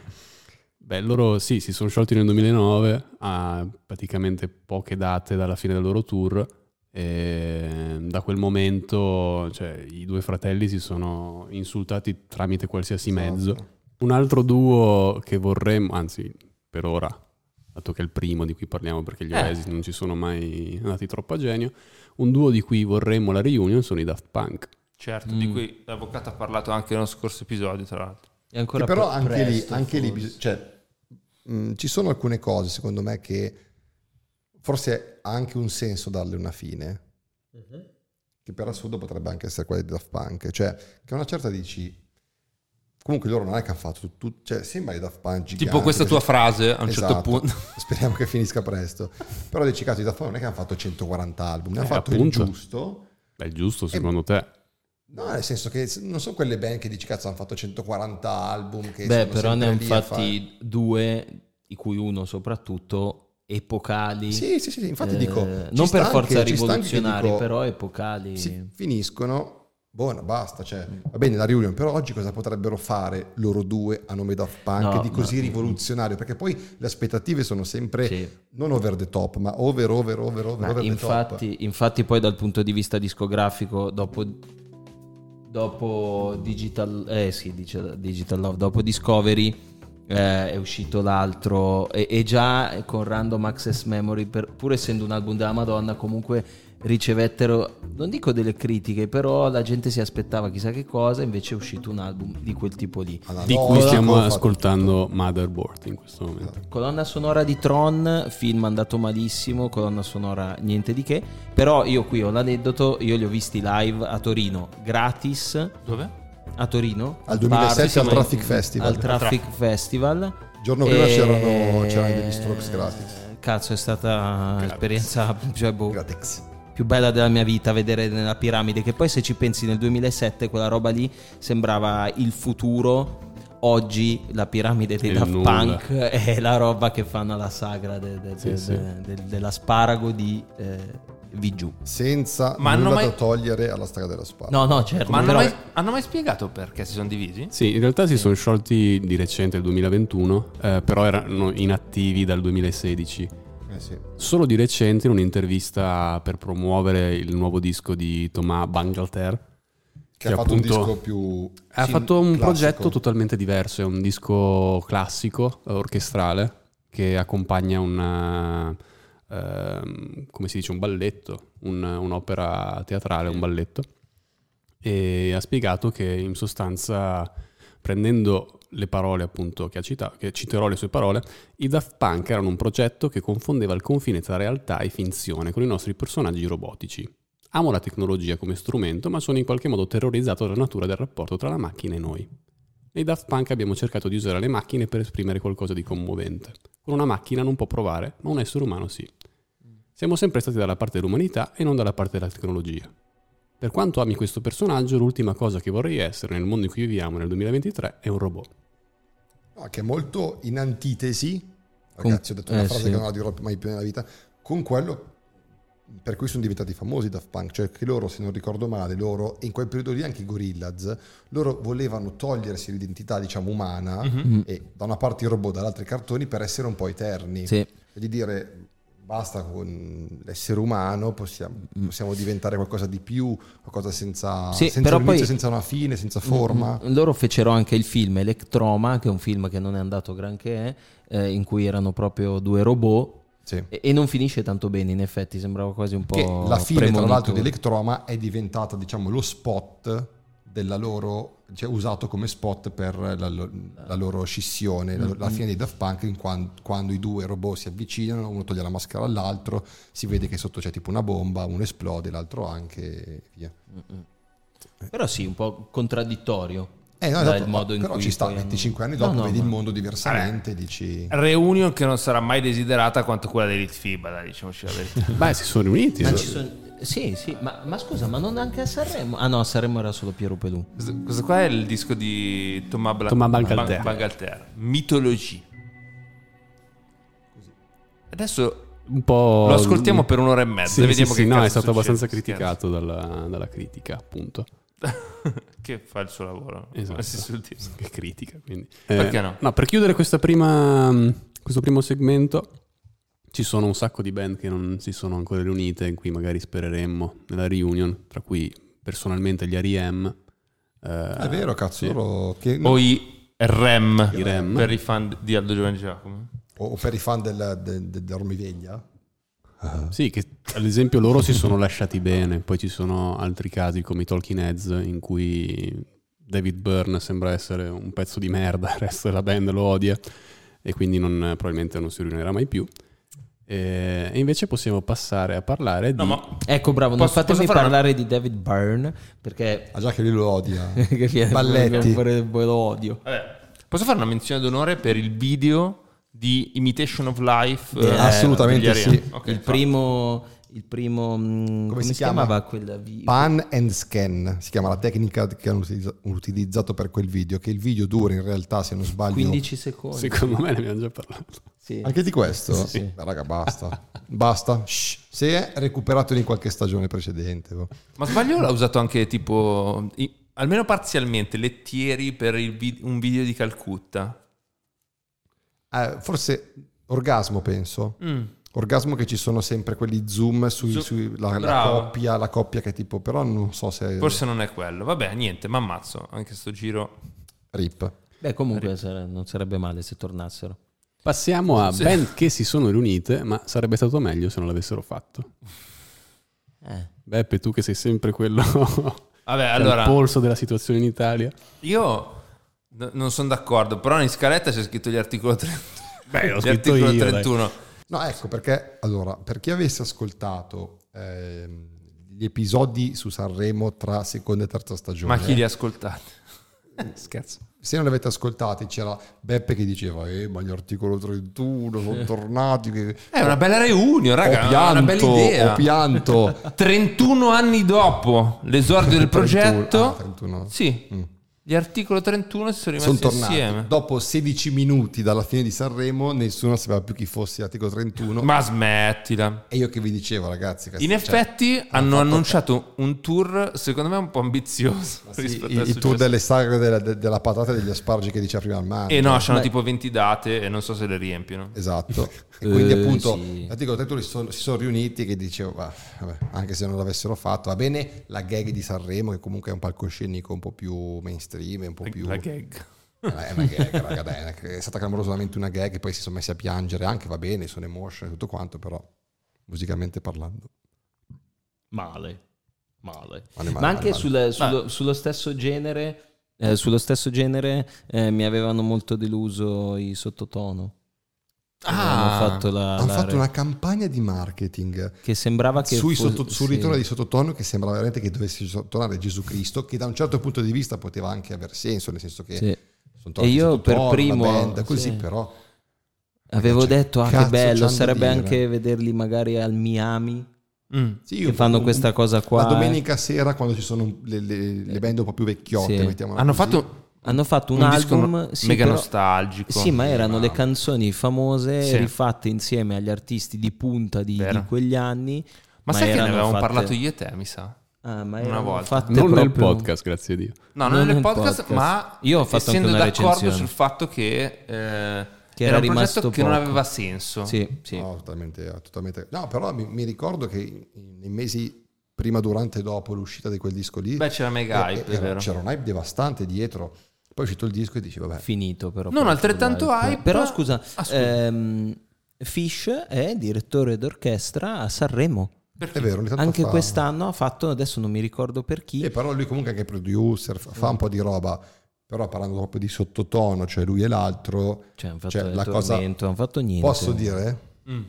S5: Beh, loro sì, si sono sciolti nel 2009, a praticamente poche date dalla fine del loro tour. E da quel momento cioè, i due fratelli si sono insultati tramite qualsiasi
S3: Esatto.
S5: mezzo. Un altro duo che vorremmo, anzi per ora, dato che è il primo di cui parliamo perché gli
S2: Eh.
S5: Oasis non ci sono mai andati troppo a genio, un duo di cui vorremmo la reunion sono i Daft Punk.
S2: Certo, di
S1: Mm.
S2: cui l'avvocato ha parlato anche nello scorso episodio, tra l'altro.
S1: è ancora
S3: Che però
S1: pre-
S3: anche
S1: presto,
S3: lì, anche lì
S1: forse.
S3: bis- cioè, mh, ci sono alcune cose secondo me che forse ha anche un senso darle una fine che per assurdo potrebbe anche essere quella di Daft Punk cioè che a una certa dici comunque loro non è che hanno fatto tut- tut- cioè sembra i Daft Punk giganti,
S2: tipo questa tua
S3: così-
S2: frase a un certo
S3: Esatto.
S2: punto.
S3: speriamo che finisca presto però dici cazzo i Daft Punk non è che hanno fatto 140 album ne hanno
S5: Eh,
S3: fatto
S5: appunto.
S3: il giusto
S5: Beh, giusto secondo te?
S3: No, nel senso che non sono quelle band che dici cazzo hanno fatto 140 album. Che
S1: Beh,
S3: sono
S1: però ne
S3: sempre
S1: hanno
S3: lì a fare-
S1: fatti due, di cui uno soprattutto, epocali.
S3: Sì, sì, sì, sì, infatti
S1: Eh,
S3: dico... ci
S1: non
S3: sta
S1: per
S3: anche-
S1: forza
S3: ci sta anche che
S1: rivoluzionari,
S3: dico,
S1: però epocali.
S3: si finiscono, buona, basta, cioè, va bene la reunion, però oggi cosa potrebbero fare loro due a nome Daft Punk
S1: No,
S3: di così
S1: no.
S3: rivoluzionario? Perché poi le aspettative sono sempre
S1: Sì.
S3: non over the top, ma over, over, over, over,
S1: Ma
S3: over the top.
S1: infatti, infatti poi dal punto di vista discografico, dopo, dopo Digital, eh sì, dice- Digital Love, dopo Discovery eh, è uscito l'altro e, e già con Random Access Memory, per- pur essendo un album della Madonna, comunque ricevettero, non dico delle critiche, però la gente si aspettava chissà che cosa, invece è uscito un album di quel tipo lì.
S3: Alla
S5: Di
S3: Nolan
S5: cui stiamo
S3: hanno fatto
S5: ascoltando Motherboard in questo momento.
S1: Colonna sonora di Tron, film andato malissimo, colonna sonora niente di che, però io qui ho l'aneddoto, io li ho visti live a Torino, gratis
S2: Dove?
S1: a Torino.
S3: Al 2007
S1: Bar-
S3: al
S1: sì, ma-
S3: Traffic Festival.
S1: Al Traffic Festival.
S3: Il giorno prima c'erano, c'erano degli strokes gratis.
S1: Cazzo, è stata un'esperienza cioè, boh,
S3: Gratis.
S1: più bella della mia vita vedere nella piramide, che poi se ci pensi nel 2007 quella roba lì sembrava il futuro. Oggi la piramide dei
S5: Il
S1: Daft
S5: nulla.
S1: Punk è la roba che fanno alla sagra de- de- de-
S5: sì.
S1: de- de- dell'asparago di eh, Vigiù.
S3: Senza
S2: Ma hanno
S3: nulla
S2: mai-
S3: da togliere alla strada della spada.
S1: No, no, certo.
S2: Ma hanno
S1: però-
S2: mai, hanno mai spiegato perché si sono divisi?
S5: Sì, in realtà si sono sciolti di recente, il 2021, eh, però erano inattivi dal 2016.
S3: Eh, sì.
S5: Solo di recente, in un'intervista per promuovere il nuovo disco di Thomas Bangalter,
S3: Che ha fatto un disco più...
S5: ha
S3: sì,
S5: fatto un
S3: classico.
S5: progetto totalmente diverso, è un disco classico, eh, orchestrale, che accompagna una, ehm, come si dice, un balletto, un- un'opera teatrale, un balletto. E ha spiegato che in sostanza, prendendo le parole appunto che ha citato, che citerò le sue parole, i Daft Punk erano un progetto che confondeva il confine tra realtà e finzione con i nostri personaggi robotici. Amo la tecnologia come strumento, ma sono in qualche modo terrorizzato dalla natura del rapporto tra la macchina e noi. Nei Daft Punk abbiamo cercato di usare le macchine per esprimere qualcosa di commovente. Con una macchina non può provare, ma un essere umano sì. Siamo sempre stati dalla parte dell'umanità e non dalla parte della tecnologia. Per quanto ami questo personaggio, l'ultima cosa che vorrei essere nel mondo in cui viviamo nel 2023 è un robot.
S3: No, che è molto in antitesi,
S1: Con-
S3: ragazzi ho detto una
S1: eh,
S3: frase
S1: sì.
S3: che non la dirò mai più nella vita, con quello per cui sono diventati famosi i Daft Punk, cioè che loro, se non ricordo male, loro, e in quel periodo lì anche i Gorillaz, loro volevano togliersi l'identità, diciamo, umana,
S1: Mm.
S3: e da una parte i robot, dall'altra i cartoni, per essere un po' eterni.
S1: Sì.
S3: E di dire basta con l'essere umano, possiamo, possiamo diventare qualcosa di più, qualcosa senza,
S1: Mm. Sì,
S3: senza
S1: però
S3: un inizio,
S1: poi-
S3: senza una fine, senza forma.
S1: Mm, Loro fecero anche il film Electroma, che è un film che non è andato granché, eh, in cui erano proprio due robot.
S3: Sì.
S1: E, e non finisce tanto bene, in effetti, sembrava quasi un po'.
S3: che la fine tra l'altro
S1: premonitorio.
S3: di Electroma è diventata diciamo lo spot della loro cioè usato come spot per la, lo- la loro scissione la,
S1: Mm-hmm.
S3: la fine dei Daft Punk in quan- quando i due robot si avvicinano uno toglie la maschera all'altro si vede che sotto c'è tipo una bomba uno esplode l'altro anche e via
S1: Però sì, un po' contraddittorio.
S3: eh, no,
S1: dal
S3: esatto,
S1: modo in
S3: però
S1: cui
S3: ci sta
S1: poi hanno-
S3: 25 anni
S1: No,
S3: dopo
S1: no,
S3: vedi
S1: ma- Eh.
S3: il mondo diversamente dici "Ah,
S2: Reunion che non sarà mai desiderata quanto quella di Litfiba, dai, diciamoci la verità.
S5: Beh, si sono riuniti.
S1: Ma ci son- Sì, sì, ma, ma scusa, ma non anche a Sanremo? Ah no, a Sanremo era solo Piero Pelù.
S2: Questo, questo qua è il disco di Thomas, Bla-
S5: Thomas Bangalter.
S2: Ban- Bangalter. Mitologie. Adesso
S5: Un po'...
S2: lo ascoltiamo per un'ora e mezza.
S5: Sì,
S2: e vediamo
S5: sì,
S2: che
S5: sì, no,
S2: cazzo
S5: è stato
S2: succede.
S5: abbastanza
S2: Scherzo.
S5: criticato dalla, dalla critica, appunto.
S2: che fa il suo lavoro.
S5: Esatto.
S2: come si suol dire.
S5: Che critica, quindi.
S2: Perché no?
S5: Eh, per chiudere questa prima, mm, questo primo segmento, ci sono un sacco di band che non si sono ancora riunite, in cui magari spereremmo nella reunion, tra cui personalmente gli R.E.M. eh,
S3: è vero cazzo
S5: sì.
S3: loro che- o,
S2: Poi Rem,
S5: I Rem.
S2: per i fan di Aldo Giovanni Giacomo.
S3: o per i fan del, del, del- dell'Ormiveglia
S5: Sì, che ad esempio loro si sono lasciati bene, poi ci sono altri casi come i Talking Heads in cui David Byrne sembra essere un pezzo di merda, il resto della band lo odia e quindi non- probabilmente non si riunirà mai più. E e invece possiamo passare a parlare
S2: No,
S5: di...
S2: ma
S1: Ecco, bravo, non
S2: Posso-
S1: fatemi
S2: posso fare-
S1: parlare di David Byrne perché.
S3: ah già che lui lo odia
S1: che viene-
S3: Balletti.
S1: pure- pure lo odio.
S2: vabbè, posso fare una menzione d'onore per il video di Imitation of Life? eh,
S3: assolutamente
S2: degli Ariane?
S3: sì.
S2: Ok,
S1: il,
S2: fa-
S1: primo, il primo. mh, Come,
S3: si
S1: si,
S3: chiama?
S1: chiamava quella vi-
S3: Pan and scan si chiama la tecnica che hanno utilizza- utilizzato per quel video. Che il video dura in realtà, se non sbaglio,
S1: 15 secondi.
S5: Secondo me ne abbiamo già parlato.
S1: Sì.
S3: anche di questo.
S1: Sì, sì.
S3: Beh, Raga, basta, basta. Shh. Se è recuperato in qualche stagione precedente, boh.
S2: Ma sbaglio l'ha usato anche tipo, i- almeno parzialmente, Lettieri per il vi- un video di Calcutta.
S3: Eh, forse orgasmo, penso.
S2: Mm.
S3: Orgasmo che ci sono sempre quelli zoom sui-
S2: Zo-
S3: sui- la, la
S2: Bravo.
S3: coppia, la coppia che tipo, però non so se
S2: Forse non è quello. Vabbè, niente, ma ammazzo. Anche sto giro.
S3: rip.
S1: Beh, comunque sare- non sarebbe male se tornassero.
S5: Passiamo a band che si sono riunite, ma sarebbe stato meglio se non l'avessero fatto.
S1: Eh.
S5: Beppe, tu che sei sempre quello
S2: Vabbè,
S5: allora,
S2: allora,
S5: al polso della situazione in Italia.
S2: io n- non sono d'accordo, però in scaletta c'è scritto gli articoli 31.
S5: Beh, l'ho
S2: Gli
S5: scritto
S2: articolo
S5: io, dai.
S2: 31.
S3: No, ecco perché allora, per chi avesse ascoltato ehm, gli episodi su Sanremo tra seconda e terza stagione,
S2: Ma chi li ha ascoltati?
S5: Eh,
S2: Scherzo.
S3: se non li avete ascoltati c'era Beppe che diceva eh ma gli articolo 31 sono tornati che...
S2: È una bella reunion,
S3: ho
S2: raga. è una bella
S3: pianto ho
S2: idea.
S3: pianto
S2: 31 anni dopo l'esordio del
S3: 31, ah,
S2: progetto.
S3: 31.
S2: Sì.
S3: Mm.
S2: Gli articoli 31 si sono
S3: Sono
S2: rimasti
S3: tornati.
S2: insieme.
S3: Dopo 16 minuti dalla fine di Sanremo, nessuno sapeva più chi fosse l'articolo 31.
S2: Ma smettila.
S3: E io che vi dicevo, ragazzi, cazzo,
S2: In
S3: cioè,
S2: effetti hanno annunciato un tour, secondo me, un po' ambizioso
S3: sì,
S2: rispetto al
S3: il, il tour
S2: successo.
S3: delle sagre della, de- della patata e degli asparagi che diceva prima al mare.
S2: E Eh, no, hanno tipo 20 date e non so se le riempiono.
S3: Esatto, e quindi
S1: Eh,
S3: appunto
S1: sì.
S3: l'articolo 31 si sono, si sono riuniti che dicevo, "Ah, vabbè, anche se non l'avessero fatto, va bene la gag di Sanremo che comunque è un palcoscenico un po' più mainstream, un po' più...
S2: La gag.
S3: Eh, È una gag, raga, dai, è una- è stata clamorosamente una gag e poi si sono messi a piangere, anche va bene, sono emotion e tutto quanto, però musicalmente parlando.
S1: Male. Male.
S3: male, male,
S1: Ma anche
S3: male.
S1: sul- sullo, sullo stesso genere, eh, sullo stesso genere eh, mi avevano molto deluso i sottotono.
S2: Ah!
S1: Avevano fatto la,
S3: Hanno
S1: la
S3: fatto
S1: re-
S3: una campagna di marketing
S1: che sembrava che
S3: sui
S1: fosse-
S3: sotto- sul
S1: sì.
S3: ritorno di sottotono che sembrava veramente che dovesse so- tornare Gesù Cristo, che da un certo punto di vista poteva anche aver senso, nel senso che
S1: Sì.
S3: sono tornati
S1: E io per
S3: Sottotono, la
S1: primo-
S3: band, così
S1: sì.
S3: però
S1: Avevo
S3: Cioè,
S1: detto, ah, che
S3: cazzo c'hanno
S1: bello,
S3: da
S1: sarebbe
S3: dire?"
S1: anche vederli magari al Miami,
S2: Mm.
S3: Sì,
S1: che
S3: io-
S1: fanno
S3: un-
S1: questa cosa qua.
S3: la
S1: eh.
S3: domenica sera quando ci sono le, le- le band un po' più vecchiotte,
S1: Sì.
S3: mettiamola
S2: Hanno
S3: così.
S2: fatto
S1: Hanno fatto un,
S2: un, disco
S1: album sì,
S2: mega
S1: però-
S2: nostalgico.
S1: Sì, ma erano
S3: ma-
S1: le canzoni famose
S2: Sì.
S1: rifatte insieme agli artisti di punta di,
S2: Vero.
S1: di quegli anni.
S2: Ma sai che ne
S1: erano
S2: avevamo
S1: fatte-
S2: parlato io e te, mi sa?
S1: Ah, ma erano
S2: volta.
S1: fatte
S5: Non nel
S1: proprio-
S5: podcast, grazie a Dio.
S2: No, non,
S1: Non
S2: nel
S1: nel
S2: podcast,
S1: podcast.
S2: ma
S1: Io ho fatto
S2: essendo
S1: anche una
S2: d'accordo
S1: recensione.
S2: sul fatto che, eh, era
S1: era
S2: un progetto
S1: rimasto
S2: che non
S1: poco.
S2: aveva senso.
S1: Sì, sì.
S3: No, totalmente, totalmente- No, però mi, mi ricordo che in- nei mesi prima, durante e dopo l'uscita di quel disco lì
S2: Beh, c'era mega
S3: eh,
S2: hype,
S3: era-
S2: è vero.
S3: c'era un hype devastante dietro. Poi è uscito il disco e dici, vabbè,
S1: Finito però.
S2: Non
S1: per
S2: altrettanto
S1: parlare.
S2: hype.
S1: Però scusa,
S2: Ah, scusa.
S1: ehm, Fish è direttore d'orchestra a Sanremo.
S3: è vero, ogni tanto
S1: Anche
S3: fa- Eh,
S1: quest'anno ha fatto, adesso non mi ricordo per chi,
S3: E però lui comunque è anche producer, fa- fa un po' di roba, però parlando proprio di sottotono, cioè lui e l'altro,
S1: cioè, hanno fatto
S3: Cioè,
S1: il
S3: la cosa-
S1: tormento, hanno fatto niente.
S3: posso dire,
S2: Mm.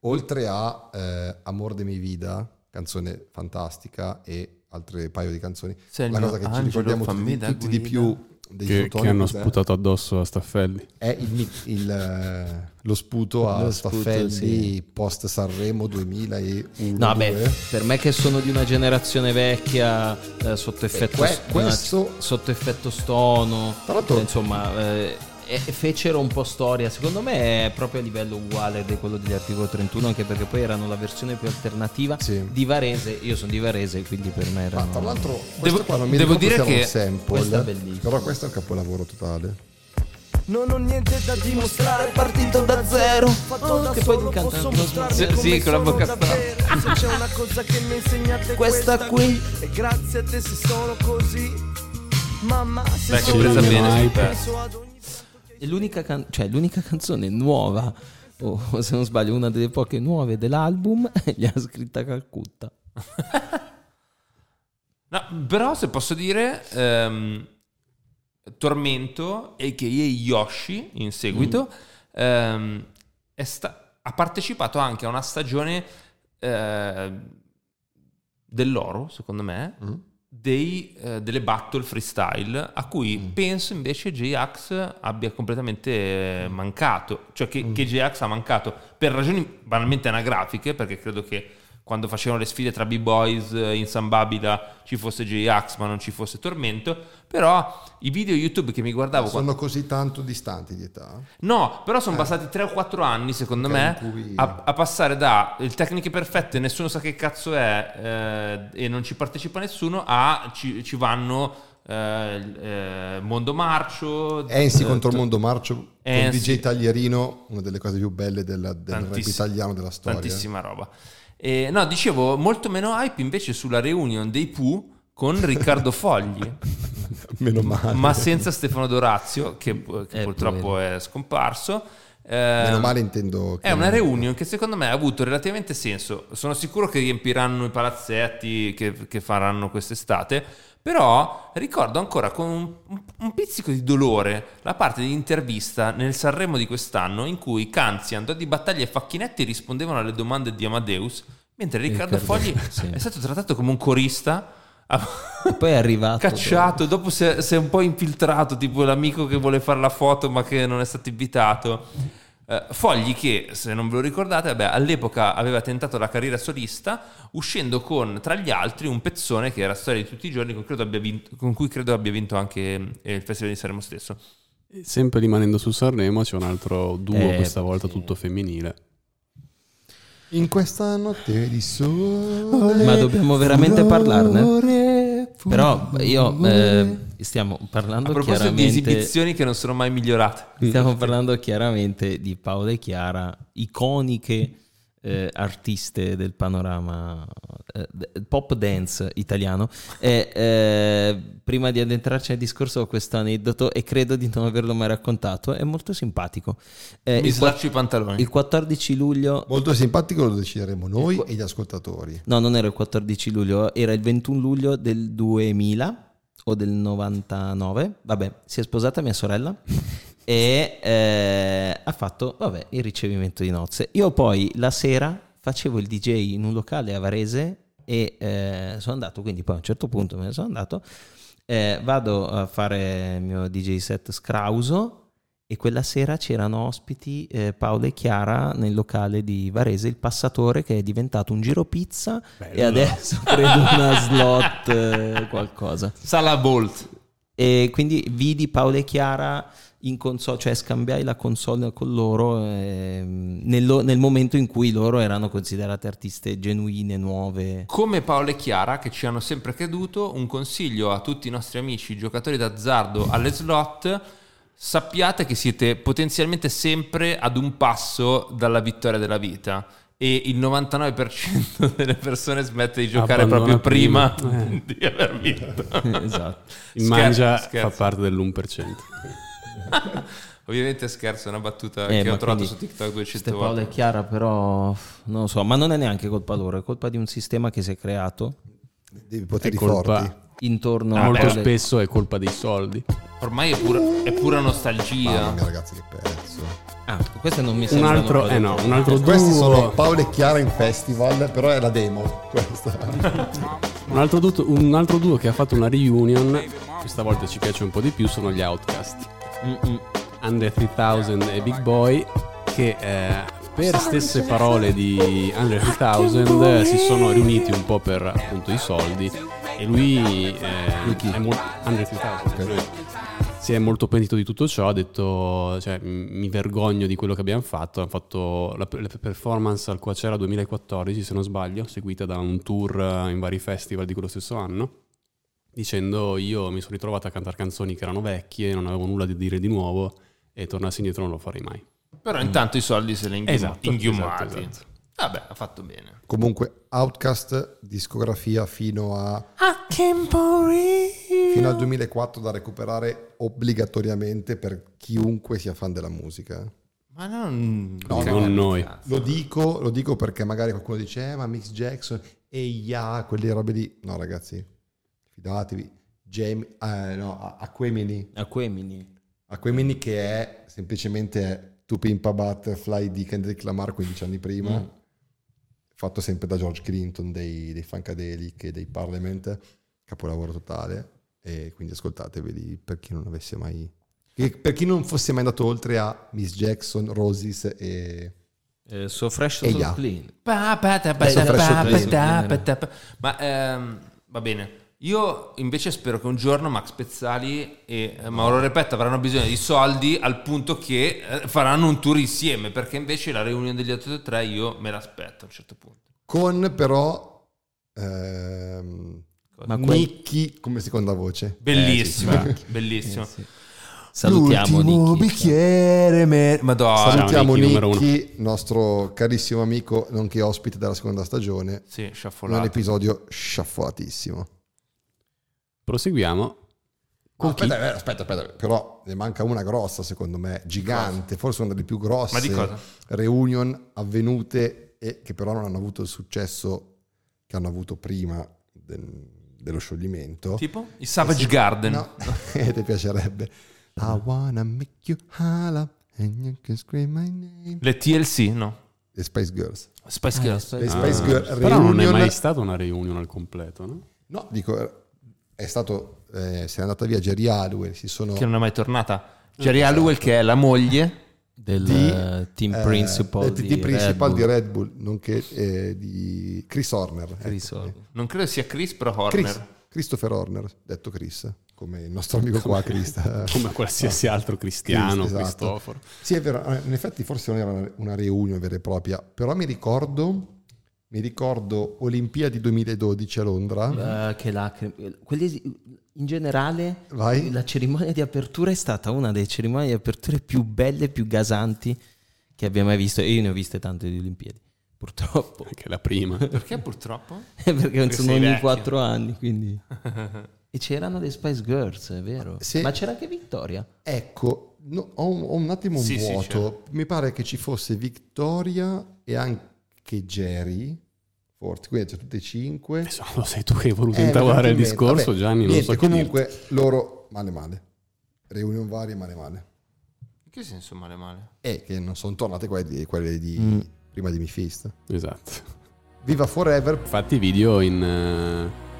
S3: oltre a eh, Amor de mi vida, canzone fantastica e altre paio di canzoni,
S2: Sei il
S3: la
S2: mio
S3: cosa che ci
S2: angelo,
S3: ricordiamo tutti,
S2: fammi da
S3: tutti di
S2: guida.
S3: più dei
S5: Che,
S3: sottotoni
S5: che hanno
S3: cos'è?
S5: sputato addosso a Staffelli.
S3: è il mi- il, eh, lo sputo a
S1: Lo sputo,
S3: Staffelli
S1: sì.
S3: post Sanremo 2001.
S1: No, beh,
S3: 2002.
S1: per me che sono di una generazione vecchia, eh, sotto effetto,
S3: que-
S1: s-
S3: questo-
S1: sotto effetto stono,
S3: Tra l'altro-
S1: eh, insomma, eh, e- e fecero un po' storia. Secondo me è proprio a livello uguale di quello degli articolo 31, anche perché poi erano la versione più alternativa
S3: Sì.
S1: di Varese. Io sono di Varese, quindi per me era.
S3: Ma Ah, tra l'altro, questo
S2: Devo-
S3: qua non mi
S2: devo
S3: ricordo
S2: dire
S3: se era un
S2: che
S3: sample,
S1: questa è bellissima.
S3: però questo è un capolavoro totale.
S6: Non ho niente da dimostrare, partito da zero. Oh, Fatto da
S1: che poi
S6: solo,
S1: ti canta-
S6: posso
S1: no,
S6: mostrarvi
S2: sì,
S6: come
S2: sì, con la
S6: sono
S2: bocca
S6: davvero. Se c'è una cosa che mi insegnate,
S1: Questa qui.
S6: E grazie a te se sono così. Mamma, se
S2: Beh, che
S6: sono
S2: presa
S6: così,
S2: bene sul
S5: Mai.
S2: pezzo.
S6: penso ad ogni fatto che
S1: È l'unica, can- cioè, l'unica canzone nuova, o se non sbaglio, una delle poche nuove dell'album, gli ha scritta Calcutta.
S2: No, però se posso dire, ehm, Tormento, a.k.a. Yoshi, in seguito, ehm, è sta- ha partecipato anche a una stagione eh, dell'oro, secondo me, dei, eh, delle battle freestyle, a cui penso invece J-Ax abbia completamente eh, mancato, cioè che, che J-Ax ha mancato per ragioni banalmente anagrafiche, perché credo che quando facevano le sfide tra B-Boys eh, in San Babila ci fosse J-Ax ma non ci fosse Tormento, però i video YouTube che mi guardavo quando-
S3: Sono Eh. così tanto distanti di età.
S2: No, però sono passati 3 o 4 anni, secondo
S3: Ok,
S2: me,
S3: in cui-
S2: a, a passare da il tecniche perfette, nessuno sa che cazzo è eh, e non ci partecipa nessuno, a ci, ci vanno eh, il- eh, Mondo Marcio.
S3: Ensi
S2: eh,
S3: contro il
S2: t-
S3: mondo marcio con
S2: Ensi.
S3: DJ Taglierino, una delle cose più belle della- del rap
S2: Tantissi-
S3: italiano della storia.
S2: Tantissima roba. Eh, no, dicevo, molto meno hype invece sulla reunion dei Pooh con Riccardo Fogli.
S3: Meno male.
S2: ma senza Stefano Dorazio, che, che
S1: Eh,
S2: purtroppo è scomparso. Eh,
S3: Meno male intendo. che-
S2: È una reunion che secondo me ha avuto relativamente senso. Sono sicuro che riempiranno i palazzetti che, che faranno quest'estate. Però ricordo ancora con un, un pizzico di dolore la parte di intervista nel Sanremo di quest'anno in cui Canzian, Di Battaglia e Facchinetti rispondevano alle domande di Amadeus, mentre Riccardo,
S1: Riccardo,
S2: Fogli
S1: sì.
S2: è stato trattato come un corista.
S1: E poi è arrivato.
S2: Cacciato, dopo si è, si è un po' infiltrato, tipo l'amico che vuole fare la foto ma che non è stato invitato. Eh, Fogli che, se non ve lo ricordate, vabbè, all'epoca aveva tentato la carriera solista uscendo con, tra gli altri, un pezzone che era storia di tutti i giorni, con, credo abbia vinto- con cui credo abbia vinto anche eh, il Festival di Sanremo stesso.
S5: E Sempre rimanendo su Sanremo c'è un altro duo,
S1: Eh,
S5: questa volta
S1: sì.
S5: tutto femminile.
S3: In questa notte di sole.
S1: Ma dobbiamo veramente
S3: parlarne?
S1: Però io eh, stiamo
S2: A
S1: parlando
S2: proposito di
S1: chiaramente
S2: esibizioni che non sono mai migliorate.
S1: Stiamo parlando chiaramente di Paola e Chiara, iconiche eh, artiste del panorama eh, d- pop dance italiano. E, eh, prima di addentrarci nel discorso ho questo aneddoto e credo di non averlo mai raccontato, è molto simpatico. Eh,
S2: Mi
S1: il, qua-
S2: slaccio i pantaloni.
S1: il 14 luglio...
S3: Molto simpatico, lo decideremo noi e gli ascoltatori.
S1: No, non era il 14 luglio, era il 21 luglio del 2000 o del 99. Vabbè, si è sposata mia sorella e eh, ha fatto vabbè, il ricevimento di nozze. Io poi la sera facevo il DJ in un locale a Varese e eh, sono andato, quindi poi a un certo punto me ne sono andato, eh, vado a fare il mio DJ set scrauso e quella sera c'erano ospiti eh, Paolo e Chiara nel locale di Varese, il passatore che è diventato un giro pizza e adesso credo una slot eh, qualcosa.
S2: Sala Bolt.
S1: E quindi vidi Paolo e Chiara in console, cioè scambiai la console con loro ehm, nel, lo- nel momento in cui loro erano considerate artiste genuine, nuove.
S2: Come Paolo e Chiara, che ci hanno sempre creduto, un consiglio a tutti i nostri amici giocatori d'azzardo alle slot, sappiate che siete potenzialmente sempre ad un passo dalla vittoria della vita e il 99% delle persone smette di giocare proprio
S5: Abbandona
S2: prima,
S5: prima. Eh.
S2: di aver vinto.
S1: esatto.
S5: Il
S2: Scherzo,
S5: mangia
S2: scherzo.
S5: fa parte dell'1%.
S2: Ovviamente scherzo, è una battuta
S1: Eh,
S2: che ho
S1: ma
S2: trovato
S1: quindi
S2: su TikTok
S1: queste
S2: 200
S1: Paolo
S2: volte.
S1: e Chiara però non lo so, ma non è neanche colpa loro, è colpa di un sistema che si è creato
S3: Devi
S5: È
S3: poteri forti.
S5: colpa,
S1: intorno a
S5: molto
S1: quelle-
S5: spesso è colpa dei soldi.
S2: Ormai è pura, è pura
S3: Mamma
S2: nostalgia.
S3: mia, ragazzi, che pezzo.
S1: Ah, queste non mi
S5: Un
S1: sembrano
S5: altro,
S1: cose-
S5: eh no, un altro
S3: Questi sono
S5: duo,
S3: Paolo e Chiara in festival, però è la demo. Questa.
S5: un altro, duo, un altro duo che ha fatto una reunion, questa volta ci piace un po' di più, sono gli Outcast.
S1: Mm-mm.
S5: Under 3000 e Big Boy che eh, per stesse parole di Under 3000 eh, si sono riuniti un po' per appunto i soldi e lui, eh, è mol- Under 3000 lui si è molto pentito di tutto ciò ha detto cioè, m- mi vergogno di quello che abbiamo fatto hanno fatto la, la performance al Coachella 2014 se non sbaglio seguita da un tour eh, in vari festival di quello stesso anno dicendo io mi sono ritrovato a cantare canzoni che erano vecchie, non avevo nulla da dire di nuovo e tornassi indietro non lo farei mai.
S2: Però intanto i soldi se li ha inghium-
S5: Esatto,
S2: inghiummati.
S5: esatto, esatto.
S2: Vabbè, ha fatto bene.
S3: Comunque, Outcast, discografia fino a. Fino al 2004 da recuperare obbligatoriamente per chiunque sia fan della musica.
S2: Ma non, diciamo
S3: No,
S5: non noi.
S3: Lo dico, lo dico perché magari qualcuno dice, eh, ma Mix Jackson e ya, quelle robe lì. No, ragazzi, fidatevi. Jamie, eh, no, A- Aquemini.
S1: Aquemini.
S3: Aquemini che è semplicemente To Pimp a Butterfly di Kendrick Lamar 15 anni prima, fatto sempre da George Clinton dei, dei Funkadelic e dei Parliament, capolavoro totale, e quindi ascoltateveli per chi non avesse mai... che- Per chi non fosse mai andato oltre a Miss Jackson, Roses e...
S1: Eh, so fresh, so
S3: E ya.
S1: clean. Eh,
S2: Pa, pa, ta, pa,
S3: Beh,
S2: ta,
S3: sono
S2: pa,
S3: preso
S2: pa,
S1: bene.
S2: pa, ta, pa. Ma ehm, va bene. Io invece spero che un giorno Max Pezzali e eh, Mauro Repetto avranno bisogno di soldi al punto che eh, faranno un tour insieme, perché invece la riunione degli 883 io me l'aspetto a un certo
S1: Eh,
S2: punto.
S3: Con però... Ehm,
S1: Ma que-
S3: Nicky come seconda voce.
S2: Bellissimo,
S1: Eh, sì,
S2: bellissimo.
S1: Eh, sì. Salutiamo
S4: L'ultimo
S1: Nicky.
S4: bicchiere me-
S2: Madonna.
S3: Salutiamo
S5: Nicky, numero
S3: Nicky, nostro carissimo amico, nonché ospite della seconda stagione.
S2: Sì,
S3: un
S2: sciaffolato.
S3: episodio sciaffolatissimo.
S5: Proseguiamo. Con
S3: aspetta,
S5: chi?
S3: eh, aspetta, aspetta, però ne manca una grossa, secondo me, gigante, forse una delle più grosse
S2: Ma di cosa?
S3: reunion avvenute e che però non hanno avuto il successo che hanno avuto prima del- dello scioglimento.
S2: Tipo? Il Savage Garden.
S3: No, eh, ti piacerebbe. I wanna make you holla and you can scream my name.
S2: Le TLC, no.
S3: Le Spice Girls.
S2: Spice
S1: Eh,
S2: Girls.
S1: aspetta.
S3: Le Spice Girls
S5: Ah. Però non è
S3: reunion-
S5: mai stata una reunion al completo, no?
S3: No, dico, è stato, eh, se è andata via Jerry Halloween, si sono...
S2: che non è mai tornata. Jerry Hallowell che è la moglie
S1: del
S3: Di,
S1: eh, team
S3: eh,
S1: principal
S3: del
S1: di,
S3: team
S1: Red
S3: principal di
S1: Bull.
S3: Red Bull, nonché eh, di Chris Horner. ecco.
S1: Chris Horner.
S2: Non credo sia Chris, però Horner.
S3: Chris, Christopher Horner, detto Chris, come il nostro amico qua, Chris.
S5: come qualsiasi altro cristiano,
S3: Ah. Cristo, esatto.
S5: Cristoforo.
S3: Sì, è vero, eh, in effetti forse non era una- una riunione vera e propria, però mi ricordo, mi ricordo Olimpiadi 2012 a Londra.
S1: Eh, che lacrime. Quelli- in generale,
S3: Vai.
S1: la cerimonia di apertura è stata una delle cerimonie di apertura più belle, più gasanti che abbia mai visto. E io ne ho viste tante di Olimpiadi, purtroppo. eh,
S5: Anche la prima.
S2: Perché purtroppo?
S1: perché non sono
S2: sei
S1: ogni
S2: vecchio.
S1: quattro anni, quindi. e c'erano le Spice Girls, è vero.
S3: Sì.
S1: Ma c'era anche Vittoria.
S3: Ecco, no, ho, un, ho un attimo un
S2: Sì, sì,
S5: certo.
S3: vuoto. Mi pare che ci fosse Victoria e anche Jerry, forse, quindi c'è tutte e cinque.
S5: Adesso lo Esatto, sei tu che hai voluto
S3: Eh,
S5: intavolare il
S3: niente,
S5: discorso,
S3: vabbè,
S5: Gianni. Non
S3: niente,
S5: so che
S3: comunque loro male male. Riunion varie male male.
S2: In che senso male male?
S3: E che non sono tornate quelle di, quelle di-
S1: Mm.
S3: prima di Mifist.
S5: dirti. Esatto.
S3: Viva Forever
S5: Fatti i video in... eh,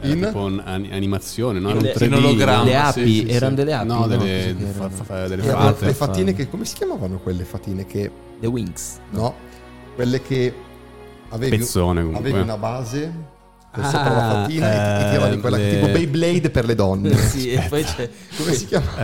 S5: era
S3: In?
S5: tipo un- an- animazione, no? Era
S1: Le-
S5: un 3D,
S2: in ologramma.
S5: no?
S1: Le
S5: Sì,
S1: api,
S5: sì, sì.
S1: erano delle api.
S5: No, delle,
S1: Cos'è che erano?
S5: fa- fa- delle
S3: e allora
S5: fate.
S3: Eh, le fatine
S1: fate.
S3: che come si chiamavano quelle fatine che
S1: The Wings.
S3: no, quelle che avevi,
S5: Pezzone
S3: avevi
S5: comunque.
S3: una base con
S5: Ah,
S3: sopra la fatina e ti- ti tiravi
S5: eh,
S3: quella
S5: le-
S3: tipo Beyblade per le donne.
S1: sì, e poi c'è.
S3: Come si chiama?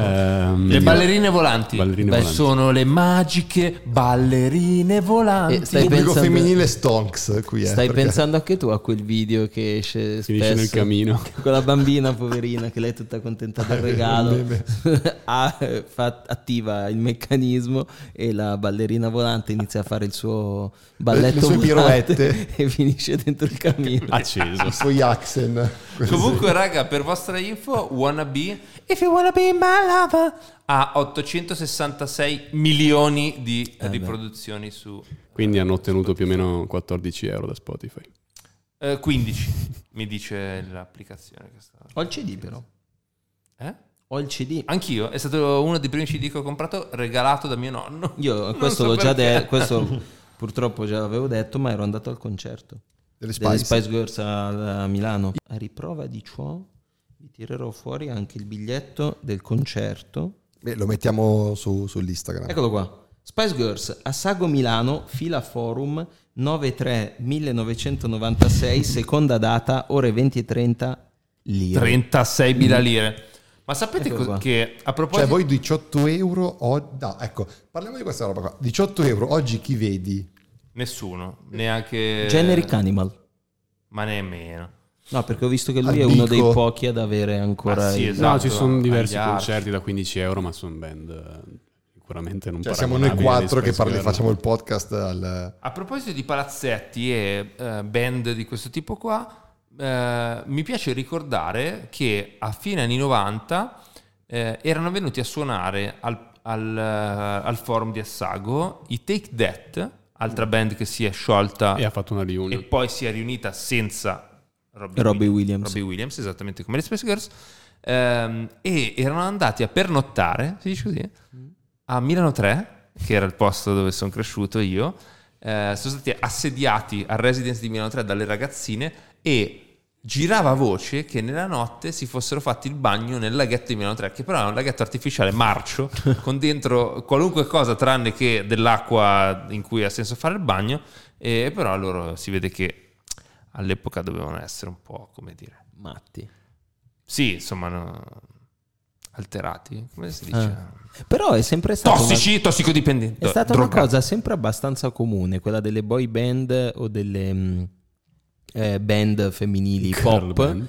S5: Ehm,
S2: Le ballerine volanti.
S5: Ballerine
S2: Beh,
S5: volanti.
S2: Sono le magiche ballerine volanti.
S1: E stai
S3: Pubblico
S1: pensando-
S3: femminile stonks qui eh,
S1: Stai
S3: perché-
S1: pensando anche tu a quel video che esce
S5: Finisce
S1: spesso
S5: nel camino.
S1: Quella bambina poverina che lei è tutta contenta
S3: Ah,
S1: del regalo ha- fa- attiva il meccanismo e la ballerina volante inizia a fare il suo balletto
S3: Le- le sue
S1: volante
S3: pirouette.
S1: e finisce dentro il camino
S5: acceso.
S3: i suoi axen.
S2: Comunque, raga, per vostra info, wannabe, if you wanna be my lover, ha 866 milioni di riproduzioni su
S5: Quindi hanno ottenuto più o meno 14 euro da Spotify.
S2: eh, 15, mi dice l'applicazione. Che sta...
S1: ho il cd però
S2: Eh?
S1: ho il cd
S2: Anch'io, è stato uno dei primi CD che ho comprato, regalato da mio nonno.
S1: io
S2: Non
S1: questo
S2: so
S1: l'ho già
S2: perché.
S1: detto questo purtroppo già l'avevo detto ma ero andato al concerto
S3: delle
S1: delle
S3: Spice.
S1: Spice Girls a, a Milano. A riprova di ciò, vi tirerò fuori anche il biglietto del concerto.
S3: Beh, lo mettiamo su, sull'Instagram.
S1: Eccolo qua. Spice Girls a Sago Milano, fila forum 93 1996, seconda data, ore 20 e 30 lire.
S2: 36.000 lire. Ma sapete
S1: Ecco
S2: cos-
S1: Mm. qua.
S2: che a proposito...
S3: Cioè voi 18 euro oggi... No, ecco, parliamo di questa roba qua. 18 euro oggi chi vedi?
S2: Nessuno, neanche...
S1: Generic Animal.
S2: Ma nemmeno.
S1: No, perché ho visto che lui è
S3: Albico.
S1: uno dei pochi ad avere ancora
S2: Ah, sì,
S1: il-
S2: esatto.
S5: no, ci sono diversi
S2: Agli arti.
S5: concerti da 15 euro, ma sono band eh, sicuramente non
S3: Cioè siamo noi
S5: paragonabili
S3: quattro
S5: alle
S3: che
S5: Spice
S3: parli,
S5: Girls.
S3: facciamo il podcast al...
S2: A proposito di palazzetti e eh, band di questo tipo qua, eh, mi piace ricordare che a fine anni 90 eh, erano venuti a suonare al, al, eh, al forum di Assago i Take That, altra band che si è sciolta
S5: E ha fatto una riunione.
S2: e poi si è riunita senza Robbie,
S1: Robbie Williams.
S2: Robbie Williams, esattamente come le Space Girls, ehm, e erano andati a pernottare, si dice così, a Milano 3, che era il posto dove sono cresciuto io, eh, sono stati assediati al residence di Milano 3 dalle ragazzine e girava voce che nella notte si fossero fatti il bagno nel laghetto di Milano 3, che però era un laghetto artificiale marcio, con dentro qualunque cosa tranne che dell'acqua in cui ha senso fare il bagno, e però loro si vede che all'epoca dovevano essere un po', come dire,
S1: Matti.
S2: sì, insomma, no- alterati, come si dice?
S1: Però Eh. è sempre stato... una-
S2: Tossici, tossicodipendenti.
S1: È stata
S2: drogati.
S1: una cosa sempre abbastanza comune, quella delle boy band o delle mh, eh, band femminili pop,
S5: Girl band.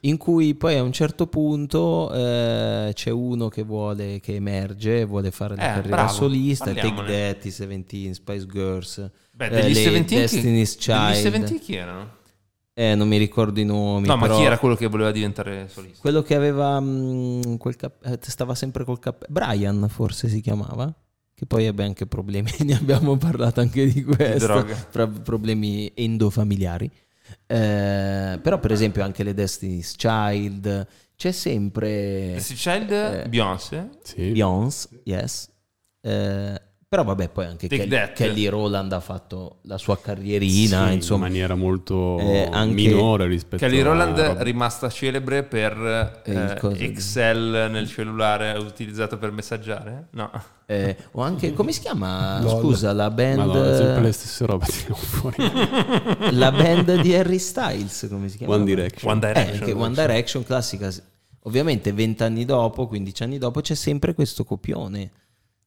S1: in cui poi a un certo punto eh, c'è uno che vuole, che emerge, vuole fare la
S2: Eh,
S1: carriera
S2: bravo,
S1: solista,
S2: parliamone.
S1: Take That, i Seventeen, Spice Girls,
S2: Beh,
S1: eh,
S2: degli
S1: le
S2: 17 chi-
S1: Destiny's
S2: degli 17
S1: Child,
S2: chi erano?
S1: eh, non mi ricordo i nomi,
S2: No, ma
S1: però
S2: chi era quello che voleva diventare solista?
S1: quello che aveva mh, quel cap- eh, stava sempre col cappello Brian forse si chiamava che poi ebbe anche problemi ne abbiamo parlato anche di questo
S2: droga.
S1: fra problemi endofamiliari Eh, però per esempio anche le Destiny's Child c'è sempre
S2: Destiny's Eh. Child,
S1: Eh.
S2: Beyoncé.
S5: Sì.
S1: Beyoncé yes Eh, Però vabbè, poi anche
S2: Take
S1: Kelly,
S2: that.
S1: Kelly Rowland ha fatto la sua carrierina,
S5: Sì, in
S1: insomma.
S5: maniera molto
S1: Eh, anche-
S5: minore rispetto
S2: Kelly
S5: a
S2: Roland
S5: Rob-
S2: è rimasta celebre per
S1: Eh, il
S2: eh,
S1: coso-
S2: Excel nel cellulare utilizzato per messaggiare? No.
S1: Eh, o anche, come si chiama,
S3: Lol.
S1: scusa, la band,
S5: Madonna, sempre le stesse robe tiriamo fuori.
S1: la band di Harry Styles, come si chiama?
S5: One Direction.
S2: One
S1: Eh,
S2: Direction.
S1: anche One Direction classica. Ovviamente vent'anni dopo, 15 anni dopo, c'è sempre questo copione.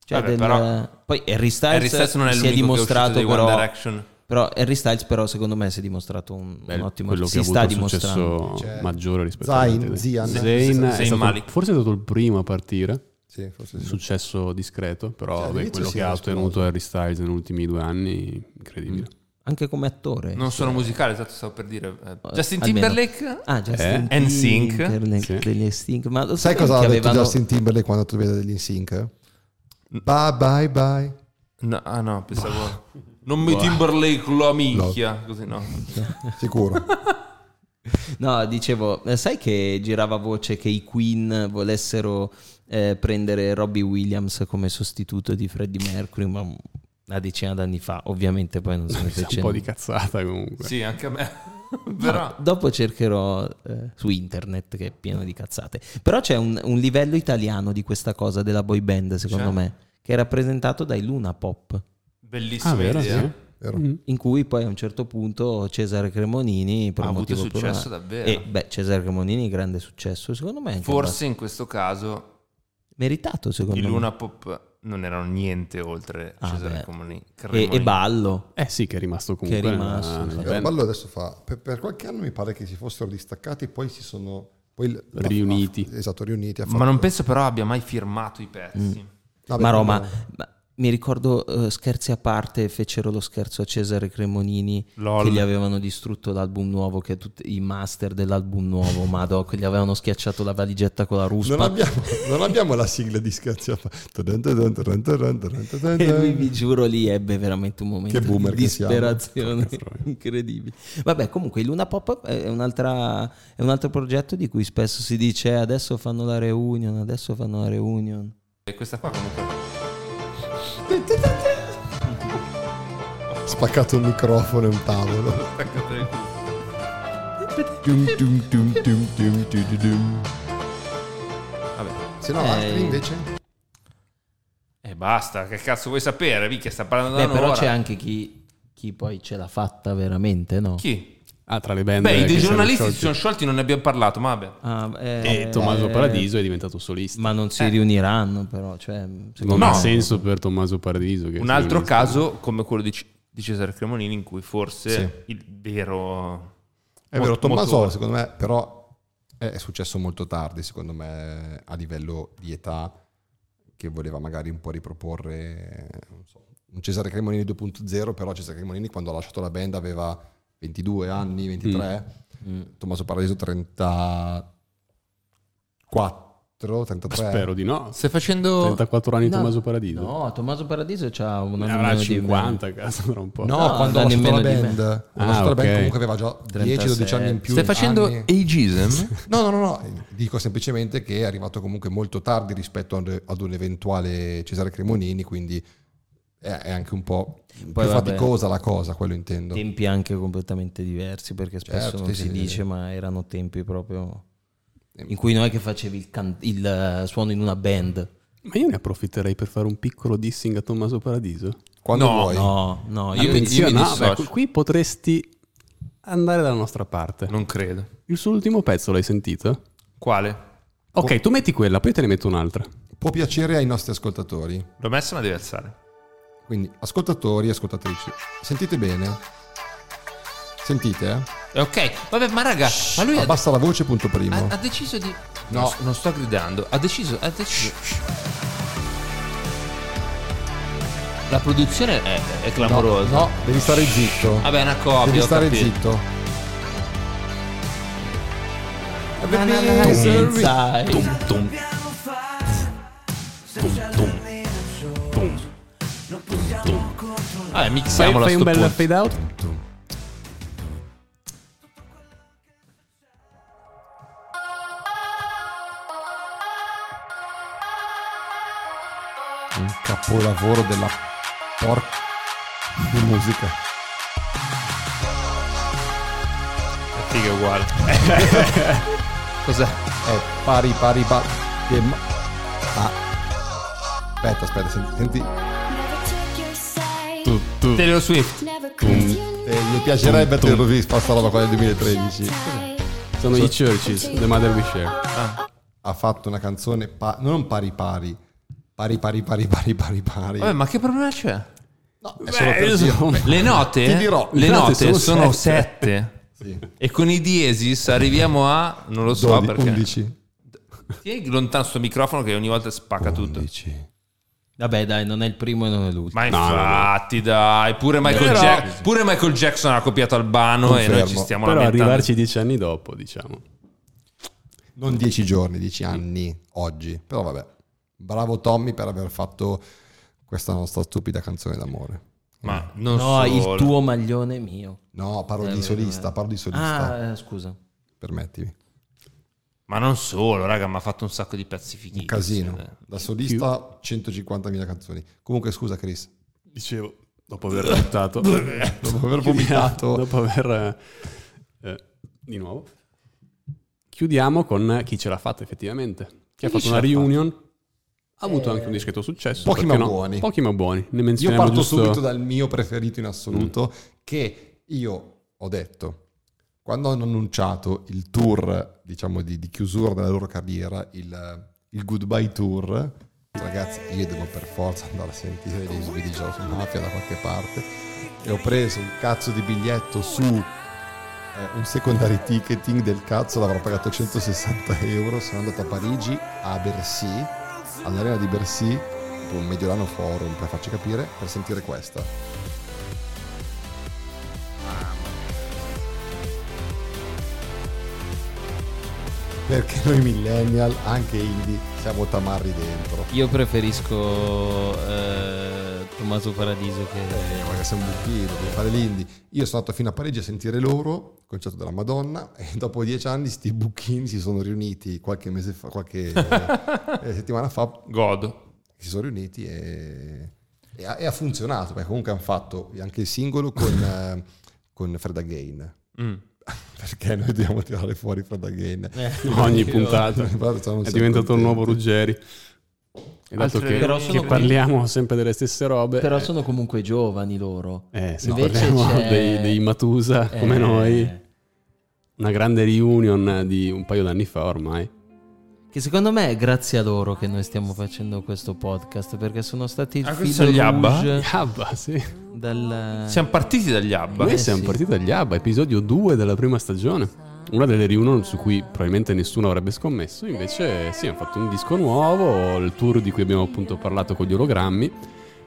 S1: Cioè
S2: Vabbè,
S1: del-
S2: però-
S1: poi Harry Styles,
S2: Harry Styles non è
S1: si è
S2: l'unico che è
S1: dimostrato
S2: uscito di One
S1: però,
S2: Direction.
S1: però Harry Styles però secondo me si è dimostrato un, un ottimo
S5: quello
S1: si
S5: che ha
S1: sta
S5: avuto un
S1: dimostrando.
S5: successo
S3: Cioè,
S5: maggiore rispetto
S3: Zayn,
S5: agli altri.
S3: Zian.
S5: Zayn è
S2: Zayn
S5: stato-
S2: Malik.
S5: forse è stato il primo a partire
S3: Sì, forse sì.
S5: successo discreto però
S3: Mm. Cioè,
S5: vabbè,
S3: all'inizio
S5: quello
S3: sì,
S5: che ha
S3: era
S5: ottenuto
S3: esploso.
S5: Harry Styles negli ultimi due anni incredibile
S1: anche come attore.
S2: Non sono musicale, esatto, stavo per dire. Eh,
S1: Eh,
S2: Justin
S1: almeno.
S2: Timberlake?
S1: Ah, Justin
S2: Eh? NSYNC.
S1: Timberlake
S5: Sì.
S1: degli Sting. Ma lo
S3: Sai
S1: sapevi
S3: cosa ha
S1: che
S3: detto
S1: avevano...
S3: Justin Timberlake quando tu vedi degli Sync? Bye bye bye.
S2: No, ah no, pensavo... Non mi Timberlake la minchia, così no.
S3: Sicuro.
S1: No, dicevo, eh, sai che girava voce che i Queen volessero eh, prendere Robbie Williams come sostituto di Freddie Mercury, ma una decina d'anni fa, ovviamente poi non se ne
S5: Mi sa
S1: fece
S5: un po' di
S1: nulla.
S5: cazzata comunque
S2: Sì, anche a me. Però...
S1: Dopo cercherò eh, su internet che è pieno di cazzate. Però c'è un, un livello italiano di questa cosa della boy band, secondo
S2: C'è?
S1: me, che è rappresentato dai Luna Pop.
S2: Bellissima
S5: ah vero
S2: idea.
S5: sì?
S3: Vero.
S5: Mm.
S1: in cui poi a un certo punto Cesare Cremonini per
S2: Ha
S1: un
S2: avuto
S1: motivo Eh, oppure
S2: successo
S1: no-
S2: davvero.
S1: e beh Cesare Cremonini grande successo secondo me anche
S2: Forse in questo caso
S1: abbastanza meritato secondo
S2: i
S1: me
S2: Luna Pop non erano niente oltre
S1: Ah,
S2: Cesare
S1: beh.
S2: Comuni.
S1: e,
S2: Cremoni.
S1: e ballo
S5: eh sì che è rimasto comunque
S1: Che è rimasto,
S5: nella- nella
S1: sì.
S5: band.
S3: Ballo adesso fa. Per, per qualche anno mi pare che si fossero distaccati, poi si sono. Poi la- la-
S5: Riuniti.
S3: esatto, riuniti. ha
S2: Ma non
S3: fatto-
S2: penso però abbia mai firmato i pezzi.
S1: Mm.
S3: Vabbè,
S1: ma Roma
S3: no.
S1: ma mi ricordo eh, scherzi a parte fecero lo scherzo a Cesare Cremonini
S2: Lol.
S1: che gli avevano distrutto l'album nuovo che tutti i master dell'album nuovo madò che gli avevano schiacciato la valigetta con la ruspa
S3: Non abbiamo, non abbiamo la sigla di scherzi a fa-
S1: E lui vi giuro lì ebbe veramente un momento
S3: Che boomer
S1: di
S3: che siamo.
S1: disperazione incredibile. Vabbè, comunque il Luna Pop è, un'altra- è un altro progetto di cui spesso si dice "Eh, adesso fanno la reunion, adesso fanno la reunion.
S2: E questa qua comunque...
S3: Spaccato un microfono e un tavolo. Dum, dum, dum, dum, dum, dum, dum, dum.
S2: Vabbè.
S3: Se no,
S1: Eh,
S3: altri invece.
S2: E basta, che cazzo vuoi sapere? Vicchia sta parlando da
S1: Beh,
S2: un'ora.
S1: però c'è anche chi, chi poi ce l'ha fatta veramente, no?
S2: Chi?
S5: ah tra le band
S2: Beh, i
S5: che
S2: dei
S5: si erano
S2: giornalisti si
S5: sciolti.
S2: sono sciolti, non ne abbiamo parlato, ma vabbè.
S1: Ah, eh,
S5: e Tommaso
S1: eh,
S5: Paradiso è diventato solista
S1: Ma non si
S3: Eh.
S1: riuniranno però, cioè, secondo
S5: non
S2: No.
S5: ha senso per Tommaso Paradiso che
S2: Un
S5: si
S2: altro
S5: riunisse.
S2: caso come quello di, C- di Cesare Cremonini in cui forse
S3: Sì.
S2: il vero...
S3: È vero,
S2: mot-
S3: Tommaso,
S2: motore-
S3: secondo me, però è è successo molto tardi, secondo me, a livello di età, che voleva magari un po' riproporre eh, non so, un Cesare Cremonini 2.0, però Cesare Cremonini quando ha lasciato la band aveva 22 anni, 23,
S1: me. Mm.
S3: Tommaso Paradiso 34, 33.
S5: spero di no
S2: Stai facendo...
S5: 34 anni
S1: Eh. No,
S5: Tommaso Paradiso
S1: No, Tommaso Paradiso c'ha una
S5: ne avrà 50 a casa tra un po'
S3: No,
S1: No,
S3: quando ha
S1: anni
S3: lasciato la
S1: meno di me.
S3: band, quando
S5: Ah,
S3: ha lasciato la band
S5: ok.
S3: comunque aveva già 10-12 anni in più.
S2: Stai facendo
S3: anni.
S2: ageism?
S3: No, no, no, no, dico semplicemente che è arrivato comunque molto tardi rispetto ad ad un eventuale Cesare Cremonini, quindi è, è anche un po'
S1: Poi
S3: più
S1: vabbè.
S3: faticosa la cosa, quello intendo.
S1: tempi anche completamente diversi perché spesso
S3: Certo,
S1: non
S3: sì,
S1: si
S3: sì,
S1: dice
S3: sì. Eh.
S1: ma erano tempi proprio in cui non è che facevi il, can- il, eh, suono in una band
S5: ma io ne approfitterei per fare un piccolo dissing a Tommaso Paradiso
S3: Quando
S2: No,
S3: vuoi.
S1: no no io,
S5: Attenzione,
S2: io mi
S5: no,
S2: dissocio.
S5: beh, qui- qui potresti andare dalla nostra parte.
S2: Non credo.
S5: Il suo ultimo pezzo l'hai sentito?
S2: Quale?
S5: Ok, tu metti quella, poi te ne metto un'altra.
S3: Può piacere ai nostri ascoltatori.
S2: L'ho messa ma devi alzare.
S3: Quindi ascoltatori e ascoltatrici, sentite bene. Sentite, eh?
S2: Eh, Ok, vabbè, ma raga, ma lui ha,
S3: Abbassa la voce, punto primo.
S2: ha- ha deciso di...
S3: No.
S2: No, non sto gridando, ha deciso... Ha deciso... La produzione è, è
S3: no,
S2: clamorosa.
S3: no, devi stare zitto.
S2: Vabbè, è una copia.
S3: Devi
S2: ho
S3: stare
S2: Ah, capito.
S3: zitto.
S1: inside
S2: Ah,
S5: Fai,
S2: mixiamola
S5: fai
S2: a
S5: un
S2: sto
S5: bel
S2: punto.
S5: fade out.
S3: Un capolavoro della Porca di musica.
S2: Figa uguale.
S3: Cos'è? È pari pari pari. che ma- Ah. Aspetta, aspetta, senti. senti. Tu, tu.
S2: Taylor Swift.
S3: Eh, mi piacerebbe te lo visto sta roba qua del 2013.
S5: Sono i Churches, The Mother We Share.
S3: Ha fatto una canzone pa- non pari pari. Pari pari pari pari pari pari.
S2: Vabbè, ma che problema c'è?
S3: no, è solo per dire.
S5: insomma.
S2: Le note,
S3: Ti dirò,
S2: le
S5: le note
S2: note
S5: sono
S2: sono
S5: sette.
S2: 7.
S3: Sì.
S2: E con i diesis arriviamo a. Non lo so
S3: 12,
S2: perché.
S3: 11.
S2: Tieni lontano sto microfono che ogni volta spacca tutto.
S3: 11.
S1: Vabbè, dai, non è il primo e non è l'ultimo.
S2: Ma infatti, dai, pure Michael,
S5: Però-
S2: Jack- pure Michael Jackson ha copiato Albano e noi
S3: Confermo.
S2: ci stiamo
S5: Però
S2: lamentando.
S5: arrivarci dieci anni dopo, diciamo.
S3: Non 10 giorni, 10 anni oggi. Però vabbè. Bravo Tommy per aver fatto questa nostra stupida canzone d'amore.
S2: Ma non
S1: No,
S2: solo.
S1: il tuo maglione è mio.
S3: No, parlo
S1: Eh,
S3: di
S1: vabbè,
S3: solista,
S1: vabbè.
S3: parlo di solista.
S1: Ah, eh, scusa.
S3: Permettimi.
S2: Ma non solo, raga, mi ha fatto un sacco di pezzi fighissimi.
S3: Un casino. Da solista 150.000 canzoni. Comunque scusa Chris,
S5: Dicevo, dopo aver buttato,
S2: Eh,
S3: dopo aver vomitato
S5: dopo aver... eh, eh, di nuovo. Chiudiamo con chi ce l'ha fatta effettivamente. Chi, ha fatto una reunion. Ha avuto anche un discreto successo.
S3: Pochi
S5: perché
S3: ma
S5: no?
S3: buoni.
S5: Pochi ma buoni. Ne
S3: Io
S5: menzioniamo
S3: parto
S5: giusto...
S3: subito dal mio preferito in assoluto, che io ho detto, quando hanno annunciato il tour, diciamo, di, di chiusura della loro carriera, il, il Goodbye Tour, ragazzi, io devo per forza andare a sentire gli esubidi di Gioco Mafia da qualche parte, e ho preso un cazzo di biglietto su eh, un secondary ticketing del cazzo, l'avrò pagato 160 euro, sono andato a Parigi, a Bercy, all'arena di Bercy, tipo un Mediolano Forum per farci capire, per sentire questa. Perché noi millennial, anche indie, siamo tamarri dentro.
S1: Io preferisco eh, Tommaso Paradiso
S3: Eh,
S1: che...
S3: raga, siamo buchini, dobbiamo fare l'indie. Io sono andato fino a Parigi a sentire loro, concerto della Madonna, e dopo dieci anni sti buchini si sono riuniti qualche mese fa, qualche eh, settimana fa,
S2: God.
S3: si sono riuniti e, e ha, e ha funzionato, perché comunque hanno fatto anche il singolo con, eh, con Fred Again,
S2: Mm.
S3: perché noi dobbiamo tirare fuori Fred Again.
S5: Ogni puntata.
S3: Guarda, sono
S5: Eh, È
S3: sempre
S5: diventato un nuovo
S3: contenti.
S5: Ruggeri. E dato
S2: Altre
S5: che,
S1: però
S5: che
S1: sono-
S5: parliamo sempre delle stesse robe,
S1: Però
S5: eh,
S1: sono comunque giovani loro.
S5: eh, se
S1: Invece
S5: parliamo
S1: c'è-
S5: dei, dei Matusa come
S1: Eh,
S5: noi, una grande reunion di un paio d'anni fa ormai.
S1: Che secondo me è grazie a loro che noi stiamo facendo questo podcast perché sono stati il
S2: Ah, questi
S1: filo
S2: sono gli Abba?
S1: rouge
S5: Abba, Ah, sì.
S1: dal...
S2: Siamo partiti dagli Abba.
S5: Noi
S1: Eh,
S5: siamo
S1: sì.
S5: partiti dagli Abba, episodio 2 della prima stagione. Una delle reunion su cui probabilmente nessuno avrebbe scommesso, invece sì, hanno fatto un disco nuovo, il tour di cui abbiamo appunto parlato con gli ologrammi.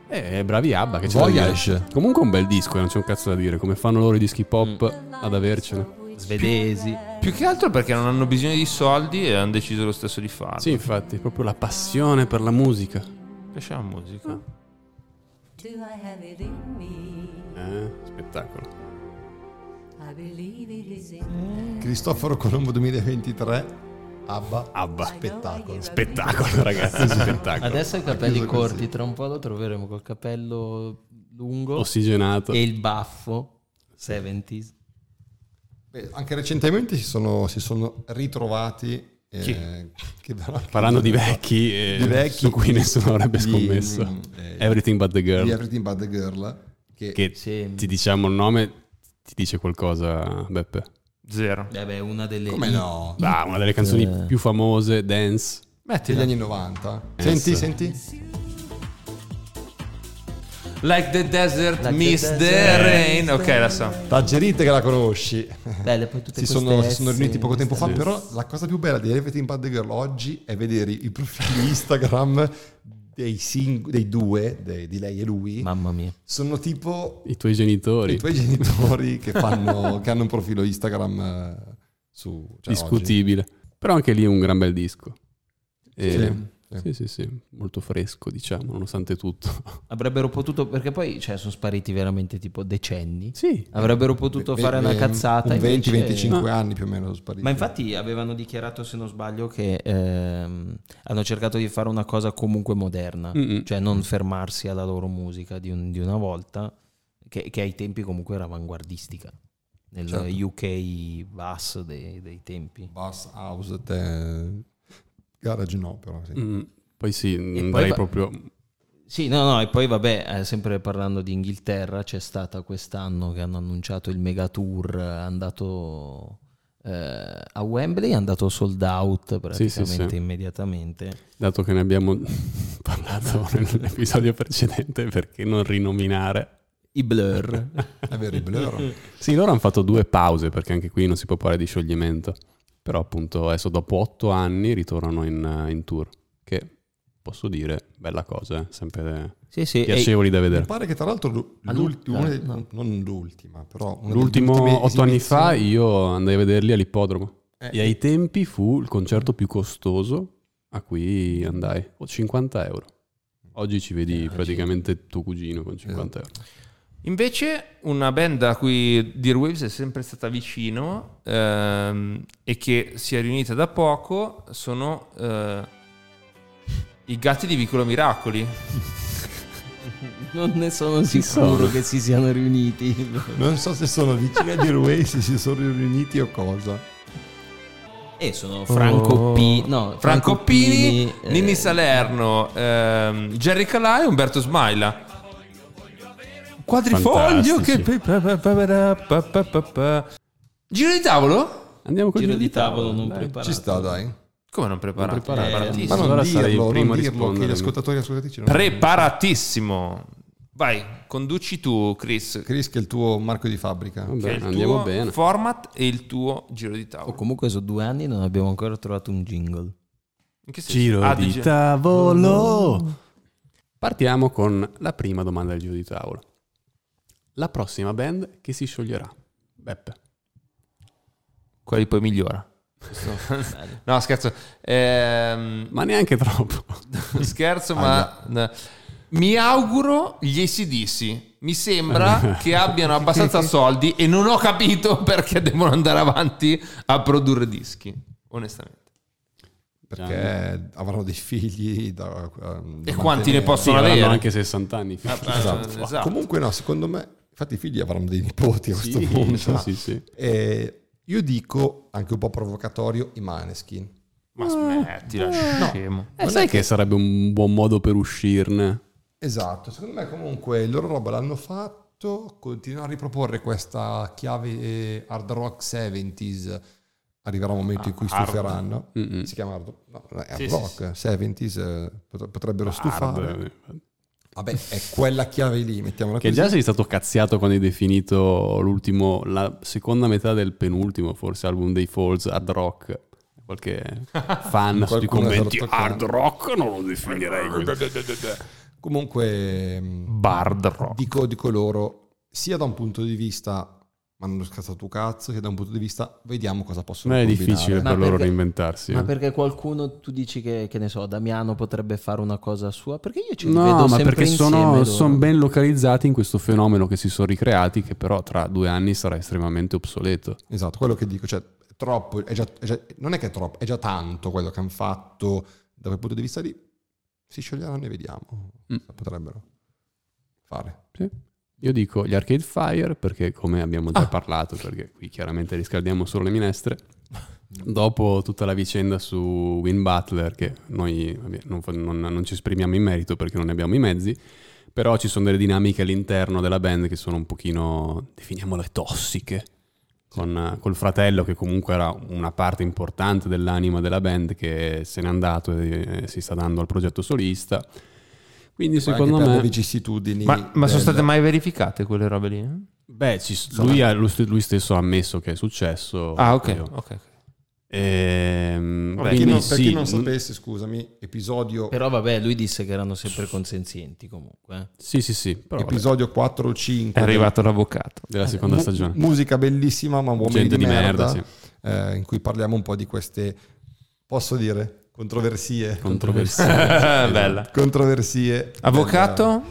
S5: E bravi Abba che ci
S3: Voyage.
S5: Comunque un bel disco, eh, non c'è un cazzo da dire, come fanno loro i dischi pop
S3: Mm.
S5: ad avercene.
S1: Svedesi.
S2: Più che altro perché non hanno bisogno di soldi e hanno deciso lo stesso di farlo.
S5: Sì, infatti, proprio la passione per la musica.
S2: Piace la musica.
S7: Do I have it in me?
S5: Eh, spettacolo.
S7: I believe it is in
S3: Cristoforo Colombo 2023, Abba,
S5: Abba.
S3: spettacolo.
S5: Spettacolo, ragazzi, spettacolo.
S1: Adesso i capelli
S3: chiuso così.
S1: corti, tra un po' lo troveremo col capello lungo
S5: Oh, Ossigenato.
S1: e il baffo 70s.
S3: Beh, anche recentemente si sono, si sono ritrovati eh,
S2: Chi?
S3: che danno anche-
S5: Parlando di vecchi, eh,
S3: Di vecchi.
S5: su cui nessuno avrebbe
S3: Di-
S5: scommesso.
S3: eh,
S5: Everything but the girl.
S3: di Everything But The Girl che,
S5: che
S1: Sì.
S5: ti diciamo il nome, ti dice qualcosa, Beppe.
S2: Zero.
S1: Eh beh, una delle...
S3: come no
S5: Ah, una delle canzoni
S1: Eh.
S5: più famose, dance.
S3: degli anni 90 senti
S5: Eh, sì.
S3: senti
S2: Like the desert
S1: Like the
S2: miss the,
S1: desert.
S2: rain. Ok, la so.
S3: Taggerite che la conosci
S1: Belle, poi tutte
S3: si
S1: queste
S3: sono, si
S1: S.
S3: sono riuniti poco tempo fa però la cosa più bella di Everything But The Girl oggi è vedere i profili Instagram dei, sing- dei due dei- di lei e lui
S1: Mamma mia.
S3: sono tipo
S5: I tuoi genitori.
S3: i tuoi genitori che, fanno, che hanno un profilo Instagram eh, su cioè, oggi.
S5: discutibile. Però anche lì un gran bel disco. E
S3: Sì.
S5: Sì, sì, sì, molto fresco, diciamo, nonostante tutto.
S1: Avrebbero potuto, perché poi cioè, sono spariti veramente tipo decenni.
S5: Sì,
S1: Avrebbero potuto fare una cazzata.
S3: Un 20-25
S1: invece-
S3: anni più o meno sparito.
S1: Ma infatti avevano dichiarato, se non sbaglio, che ehm, hanno cercato di fare una cosa comunque
S3: Mm.
S1: moderna,
S5: Mm-mm.
S1: cioè non fermarsi alla loro musica di, un- di una volta, che, che ai tempi comunque era avanguardistica, nel
S3: Certo.
S1: UK bass dei, dei tempi.
S3: Bass house, te... garage no, però sì.
S5: Mm, poi sì, andrei
S1: va-
S5: proprio...
S1: Sì, no, no, e poi vabbè, eh, sempre parlando di Inghilterra, c'è stata quest'anno che hanno annunciato il mega tour, eh, è andato eh, a Wembley, è andato sold out
S5: Sì,
S1: praticamente
S5: sì, sì.
S1: immediatamente.
S5: Dato che ne abbiamo parlato nell'episodio precedente, perché non rinominare?
S1: I Blur.
S3: È vero, i Blur.
S5: Sì, loro hanno fatto due pause, perché anche qui non si può parlare di scioglimento. Però appunto adesso dopo otto anni ritornano in, in tour, che posso dire, bella cosa, eh, sempre
S1: sì, sì, e-
S5: piacevoli da
S3: Mi
S5: vedere.
S3: pare che tra l'altro l'u-
S1: All'ultima,
S3: l'ultima, una dei-
S1: no.
S3: non l'ultima, però... una delle
S5: L'ultimo
S3: ultime
S5: otto anni fa
S3: esibizioni-
S5: io andai a vederli all'ippodromo.
S3: Eh,
S5: E ai tempi fu il concerto più costoso a cui andai. Ho 50 euro. Oggi ci
S3: Eh,
S5: vedi praticamente tuo cugino con 50
S3: Esatto.
S5: euro.
S2: Invece, una band a cui Dear Waves è sempre stata vicino ehm, e che si è riunita da poco sono eh, i gatti di Vicolo Miracoli.
S1: Non ne sono sicuro
S5: sono.
S1: che si siano riuniti.
S3: Eh, Non so se sono vicini a Dirway, se si sono riuniti o cosa.
S1: E sono Franco P. No,
S2: Franco Pini,
S1: Pini, eh,
S2: Nini Salerno, ehm, Jerry Calà e Umberto Smaila. Quadrifoglio che...
S5: Fantastici.
S2: Giro di tavolo?
S5: Andiamo con
S1: Giro di tavolo non preparato.
S3: Ci sta, dai.
S2: Come non preparato?
S5: preparato.
S3: Ma
S2: Preparatissimo.
S3: non
S5: Allora sarei il
S3: dirlo,
S5: primo
S3: non
S5: a
S3: dirlo che gli
S5: rispondere.
S3: ascoltatori e ascoltatrici non
S2: Preparatissimo. Vai, conduci tu, Chris.
S3: Chris che è il tuo marchio di fabbrica.
S5: Vabbè,
S2: che è il
S5: andiamo
S2: tuo
S5: bene.
S2: format e il tuo giro di
S1: Oh,
S2: tavolo.
S1: comunque sono due anni e non abbiamo ancora trovato un jingle.
S2: In che senso?
S5: Giro
S2: Ah,
S5: di
S2: dice-
S5: tavolo. Partiamo con la prima domanda del giro di tavolo. La prossima band che si scioglierà? Beppe.
S2: Quali poi migliora. No, scherzo. Ehm,
S5: Ma neanche troppo.
S2: scherzo, ma n- mi auguro gli ACDC. Mi sembra che abbiano abbastanza soldi e non ho capito perché devono andare avanti a produrre dischi, onestamente.
S3: Perché avranno dei figli da, da
S2: E
S3: mantenere.
S2: quanti ne possono
S5: Avranno
S2: avere?
S5: anche 60 anni.
S3: Esatto.
S2: Esatto.
S3: Comunque no, secondo me, infatti i figli avranno dei nipoti a questo
S5: Sì,
S3: punto.
S5: sì, sì.
S3: Eh, io dico, anche un po' provocatorio, i Maneskin.
S2: Ma smettila, scemo.
S5: Eh, sai che sarebbe un buon modo per uscirne?
S3: Esatto, secondo me comunque loro roba l'hanno fatto, continuano a riproporre questa chiave eh, hard rock 70s, arriverà un momento in cui
S2: Ah, hard.
S3: stuferanno,
S5: Mm-mm.
S3: si chiama hard, no, non è hard
S2: Sì, sì,
S3: rock, 70s eh, pot- potrebbero stufare.
S5: Hard.
S3: Vabbè, è quella chiave lì, mettiamola
S5: Che
S3: così.
S5: già sei stato cazziato quando hai definito l'ultimo, la seconda metà del penultimo, forse album dei Falls, hard rock. Qualche fan sui
S3: Qualcuno è
S5: commenti
S3: stato
S5: hard
S3: toccato."
S5: rock non lo
S2: Ah,
S5: definirei così.
S3: Comunque mm, mh,
S2: Bard rock.
S3: dico, dico loro, sia da un punto di vista ma hanno scazzato cazzo, che da un punto di vista vediamo cosa possono
S5: Non è
S3: combinare.
S5: difficile
S1: Ma
S5: per loro
S1: perché-
S5: reinventarsi.
S1: Ma
S5: eh.
S1: perché qualcuno, tu dici che, che ne so, Damiano potrebbe fare una cosa sua? Perché io ci vedo
S5: No, ma
S1: sempre
S5: perché
S1: insieme
S5: sono,
S1: loro.
S5: sono ben localizzati in questo fenomeno che si sono ricreati, che però tra due anni sarà estremamente obsoleto.
S3: Esatto, quello che dico, cioè è troppo, è già- è già- non è che è troppo, è già tanto quello che hanno fatto da quel punto di vista lì, si scioglieranno e vediamo
S5: Mm.
S3: cosa potrebbero fare.
S5: Sì. Io dico gli Arcade Fire perché, come abbiamo già parlato, perché qui chiaramente riscaldiamo solo le minestre. Dopo tutta la vicenda su Win Butler, che noi vabbè, non, fa- non- non ci esprimiamo in merito perché non ne abbiamo i mezzi, però ci sono delle dinamiche all'interno della band che sono un pochino, definiamole tossiche, con, col fratello che comunque era una parte importante dell'anima della band che se n'è andato e eh, si sta dando al progetto solista. Quindi secondo
S3: Anche per
S5: me...
S3: le vicissitudini
S2: Ma, ma sono
S3: del-
S2: state mai verificate quelle robe lì? eh?
S5: Beh, ci- lui, ha- lui st- lui stesso ha ammesso che è successo.
S2: Ah, ok.
S5: Io.
S2: ok.
S5: Ehm,
S2: Vabbè,
S3: Per chi
S5: quindi
S3: non, per chi
S5: sì,
S3: non
S5: n-
S3: sapesse, scusami, episodio,
S1: Però vabbè, lui disse che erano sempre consenzienti comunque. eh.
S5: sì, sì, sì, però vabbè,
S3: episodio 4 o 5.
S2: È arrivato l'avvocato.
S5: della seconda stagione.
S3: Musica bellissima, ma uomini
S5: Gente
S3: di merda,
S5: sì.
S3: eh, in cui parliamo un po' di queste, posso dire, Controversie.
S2: Eh,
S5: Controversiale.
S2: Bella.
S3: Controversie.
S2: Avvocato?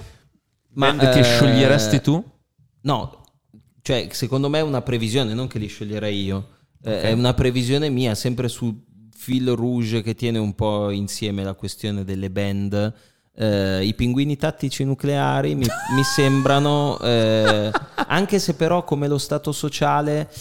S2: Ma che
S1: eh,
S2: scioglieresti tu?
S1: No, cioè secondo me è una previsione, non che li scioglierei io, Eh, è una previsione mia, sempre sul fil rouge che tiene un po' insieme la questione delle band. Eh, I pinguini tattici nucleari mi, mi sembrano, eh, anche se però come lo stato sociale,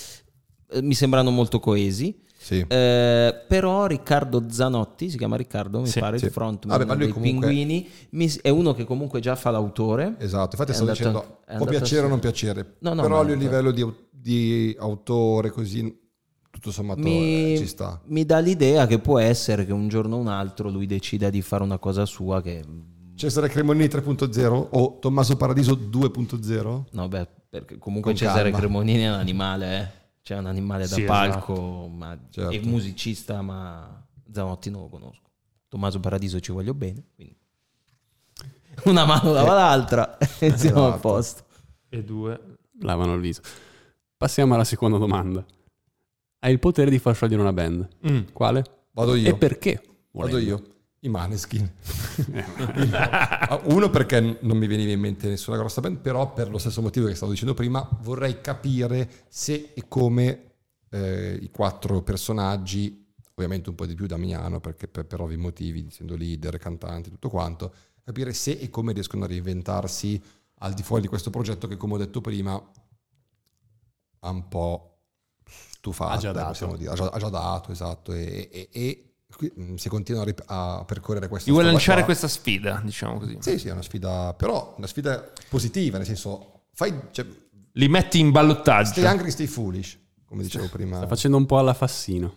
S1: eh, mi sembrano molto coesi.
S3: Sì.
S1: Eh, però Riccardo Zanotti, si chiama Riccardo, mi
S2: Sì,
S1: pare
S3: sì.
S1: il frontman
S3: Vabbè, ma lui
S1: dei
S3: comunque-
S1: Pinguini, mi- è uno che comunque già fa l'autore.
S3: Esatto, infatti
S1: È
S3: stavo
S1: andato-
S3: dicendo
S1: è
S3: può
S1: andato
S3: piacere o
S1: a-
S3: non piacere,
S1: No, no,
S3: però
S1: ma-
S3: lui a livello di, au- di autore così tutto sommato eh,
S1: mi,
S3: ci sta.
S1: mi dà l'idea che può essere che un giorno o un altro lui decida di fare una cosa sua che...
S3: Cesare Cremonini 3.0 o Tommaso Paradiso 2.0?
S1: No, beh, perché comunque
S3: Con
S1: Cesare
S3: calma.
S1: Cremonini è un animale, eh. Cioè, è un animale da
S2: Sì,
S1: palco, ma
S3: Certo.
S1: è musicista, ma Zanotti non lo conosco. Tommaso Paradiso ci voglio bene, quindi... Una mano lava l'altra e siamo a
S3: Eh, Esatto.
S1: posto.
S2: E due.
S5: Lavano il viso. Passiamo alla seconda domanda. Hai il potere di far sciogliere una band. Quale?
S3: Vado Mm. io.
S5: E perché?
S3: Vado io. I Maneskin.
S5: Eh,
S3: Ah, Uno perché non mi veniva in mente nessuna grossa band, però per lo stesso motivo che stavo dicendo prima vorrei capire se e come eh, i quattro personaggi, ovviamente un po' di più Damiano perché per, per ovvi motivi, essendo leader, cantante, tutto quanto, capire se e come riescono a reinventarsi al di fuori di questo progetto che come ho detto prima ha un po' stufato,
S5: Ha già dato.
S3: possiamo dire, ha già, ha già dato, esatto, e, e- e- qui, mh, se continua a, rip- a percorrere questo
S2: Ti vuoi lanciare questa sfida, diciamo così.
S3: sì, sì, è una sfida, però una sfida positiva, nel senso, fai, cioè,
S2: Li metti in ballottaggio.
S3: stay angry, stay foolish, come dicevo prima.
S5: Sta facendo un po' alla Fassino.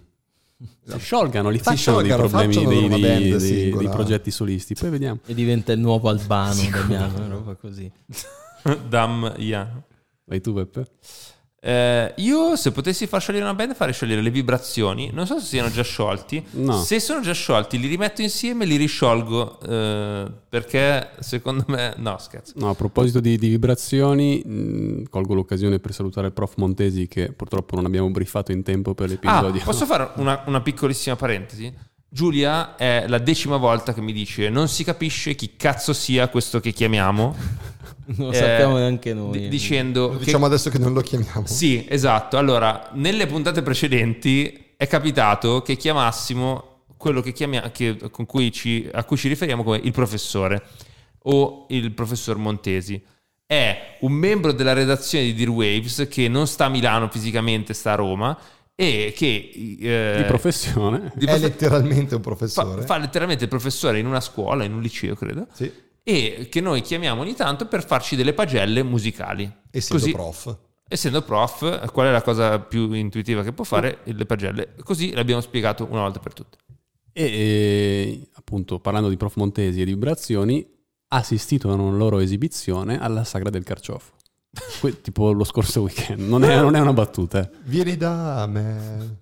S5: Si sciolgano, li
S3: Facciano,
S5: facciano dei
S3: caro,
S5: problemi
S3: Esatto. facciano
S5: dei,
S3: una
S5: dei-
S3: band
S5: dei-
S3: singola.
S5: dei progetti solisti. Poi vediamo.
S1: E diventa il nuovo Albano, Damiano, una roba così.
S2: Dam Ian.
S5: Vai tu, Peppe.
S2: Eh, io se potessi far sciogliere una band farei sciogliere le vibrazioni non so se siano già sciolti
S5: No.
S2: se sono già sciolti li rimetto insieme e li risciolgo eh, perché secondo me no scherzo
S5: No, a proposito di, di vibrazioni, mh, colgo l'occasione per salutare il prof Montesi che purtroppo non abbiamo briefato in tempo per
S2: ah,
S5: l'episodio.
S2: posso fare una, una piccolissima parentesi Giulia è la decima volta che mi dice non si capisce chi cazzo sia questo che chiamiamo
S1: Non lo
S2: Eh,
S1: sappiamo neanche noi.
S2: di- dicendo
S3: Lo
S2: che-
S3: diciamo adesso che non lo chiamiamo.
S2: Sì, esatto. Allora, nelle puntate precedenti è capitato che chiamassimo quello che chiamia- che- con cui ci, a cui ci riferiamo come il professore o il professor Montesi. È un membro della redazione di Dear Waves che non sta a Milano fisicamente, sta a Roma e che... eh,
S5: Di professione.
S2: di
S3: è
S2: profe-
S3: letteralmente un
S2: fa,
S3: professore.
S2: fa letteralmente il professore in una scuola, in un liceo credo,
S3: Sì,
S2: e che noi chiamiamo ogni tanto per farci delle pagelle musicali.
S3: essendo
S2: Così-
S3: prof.
S2: Essendo prof, qual è la cosa più intuitiva che può fare? Le pagelle. Così l'abbiamo spiegato una volta per tutte.
S5: E, eh, appunto, parlando di prof Montesi e di vibrazioni, ha assistito a una loro esibizione alla Sagra del Carciofo. Que- tipo lo scorso weekend. Non è, non è una battuta. eh.
S3: Vieni da me.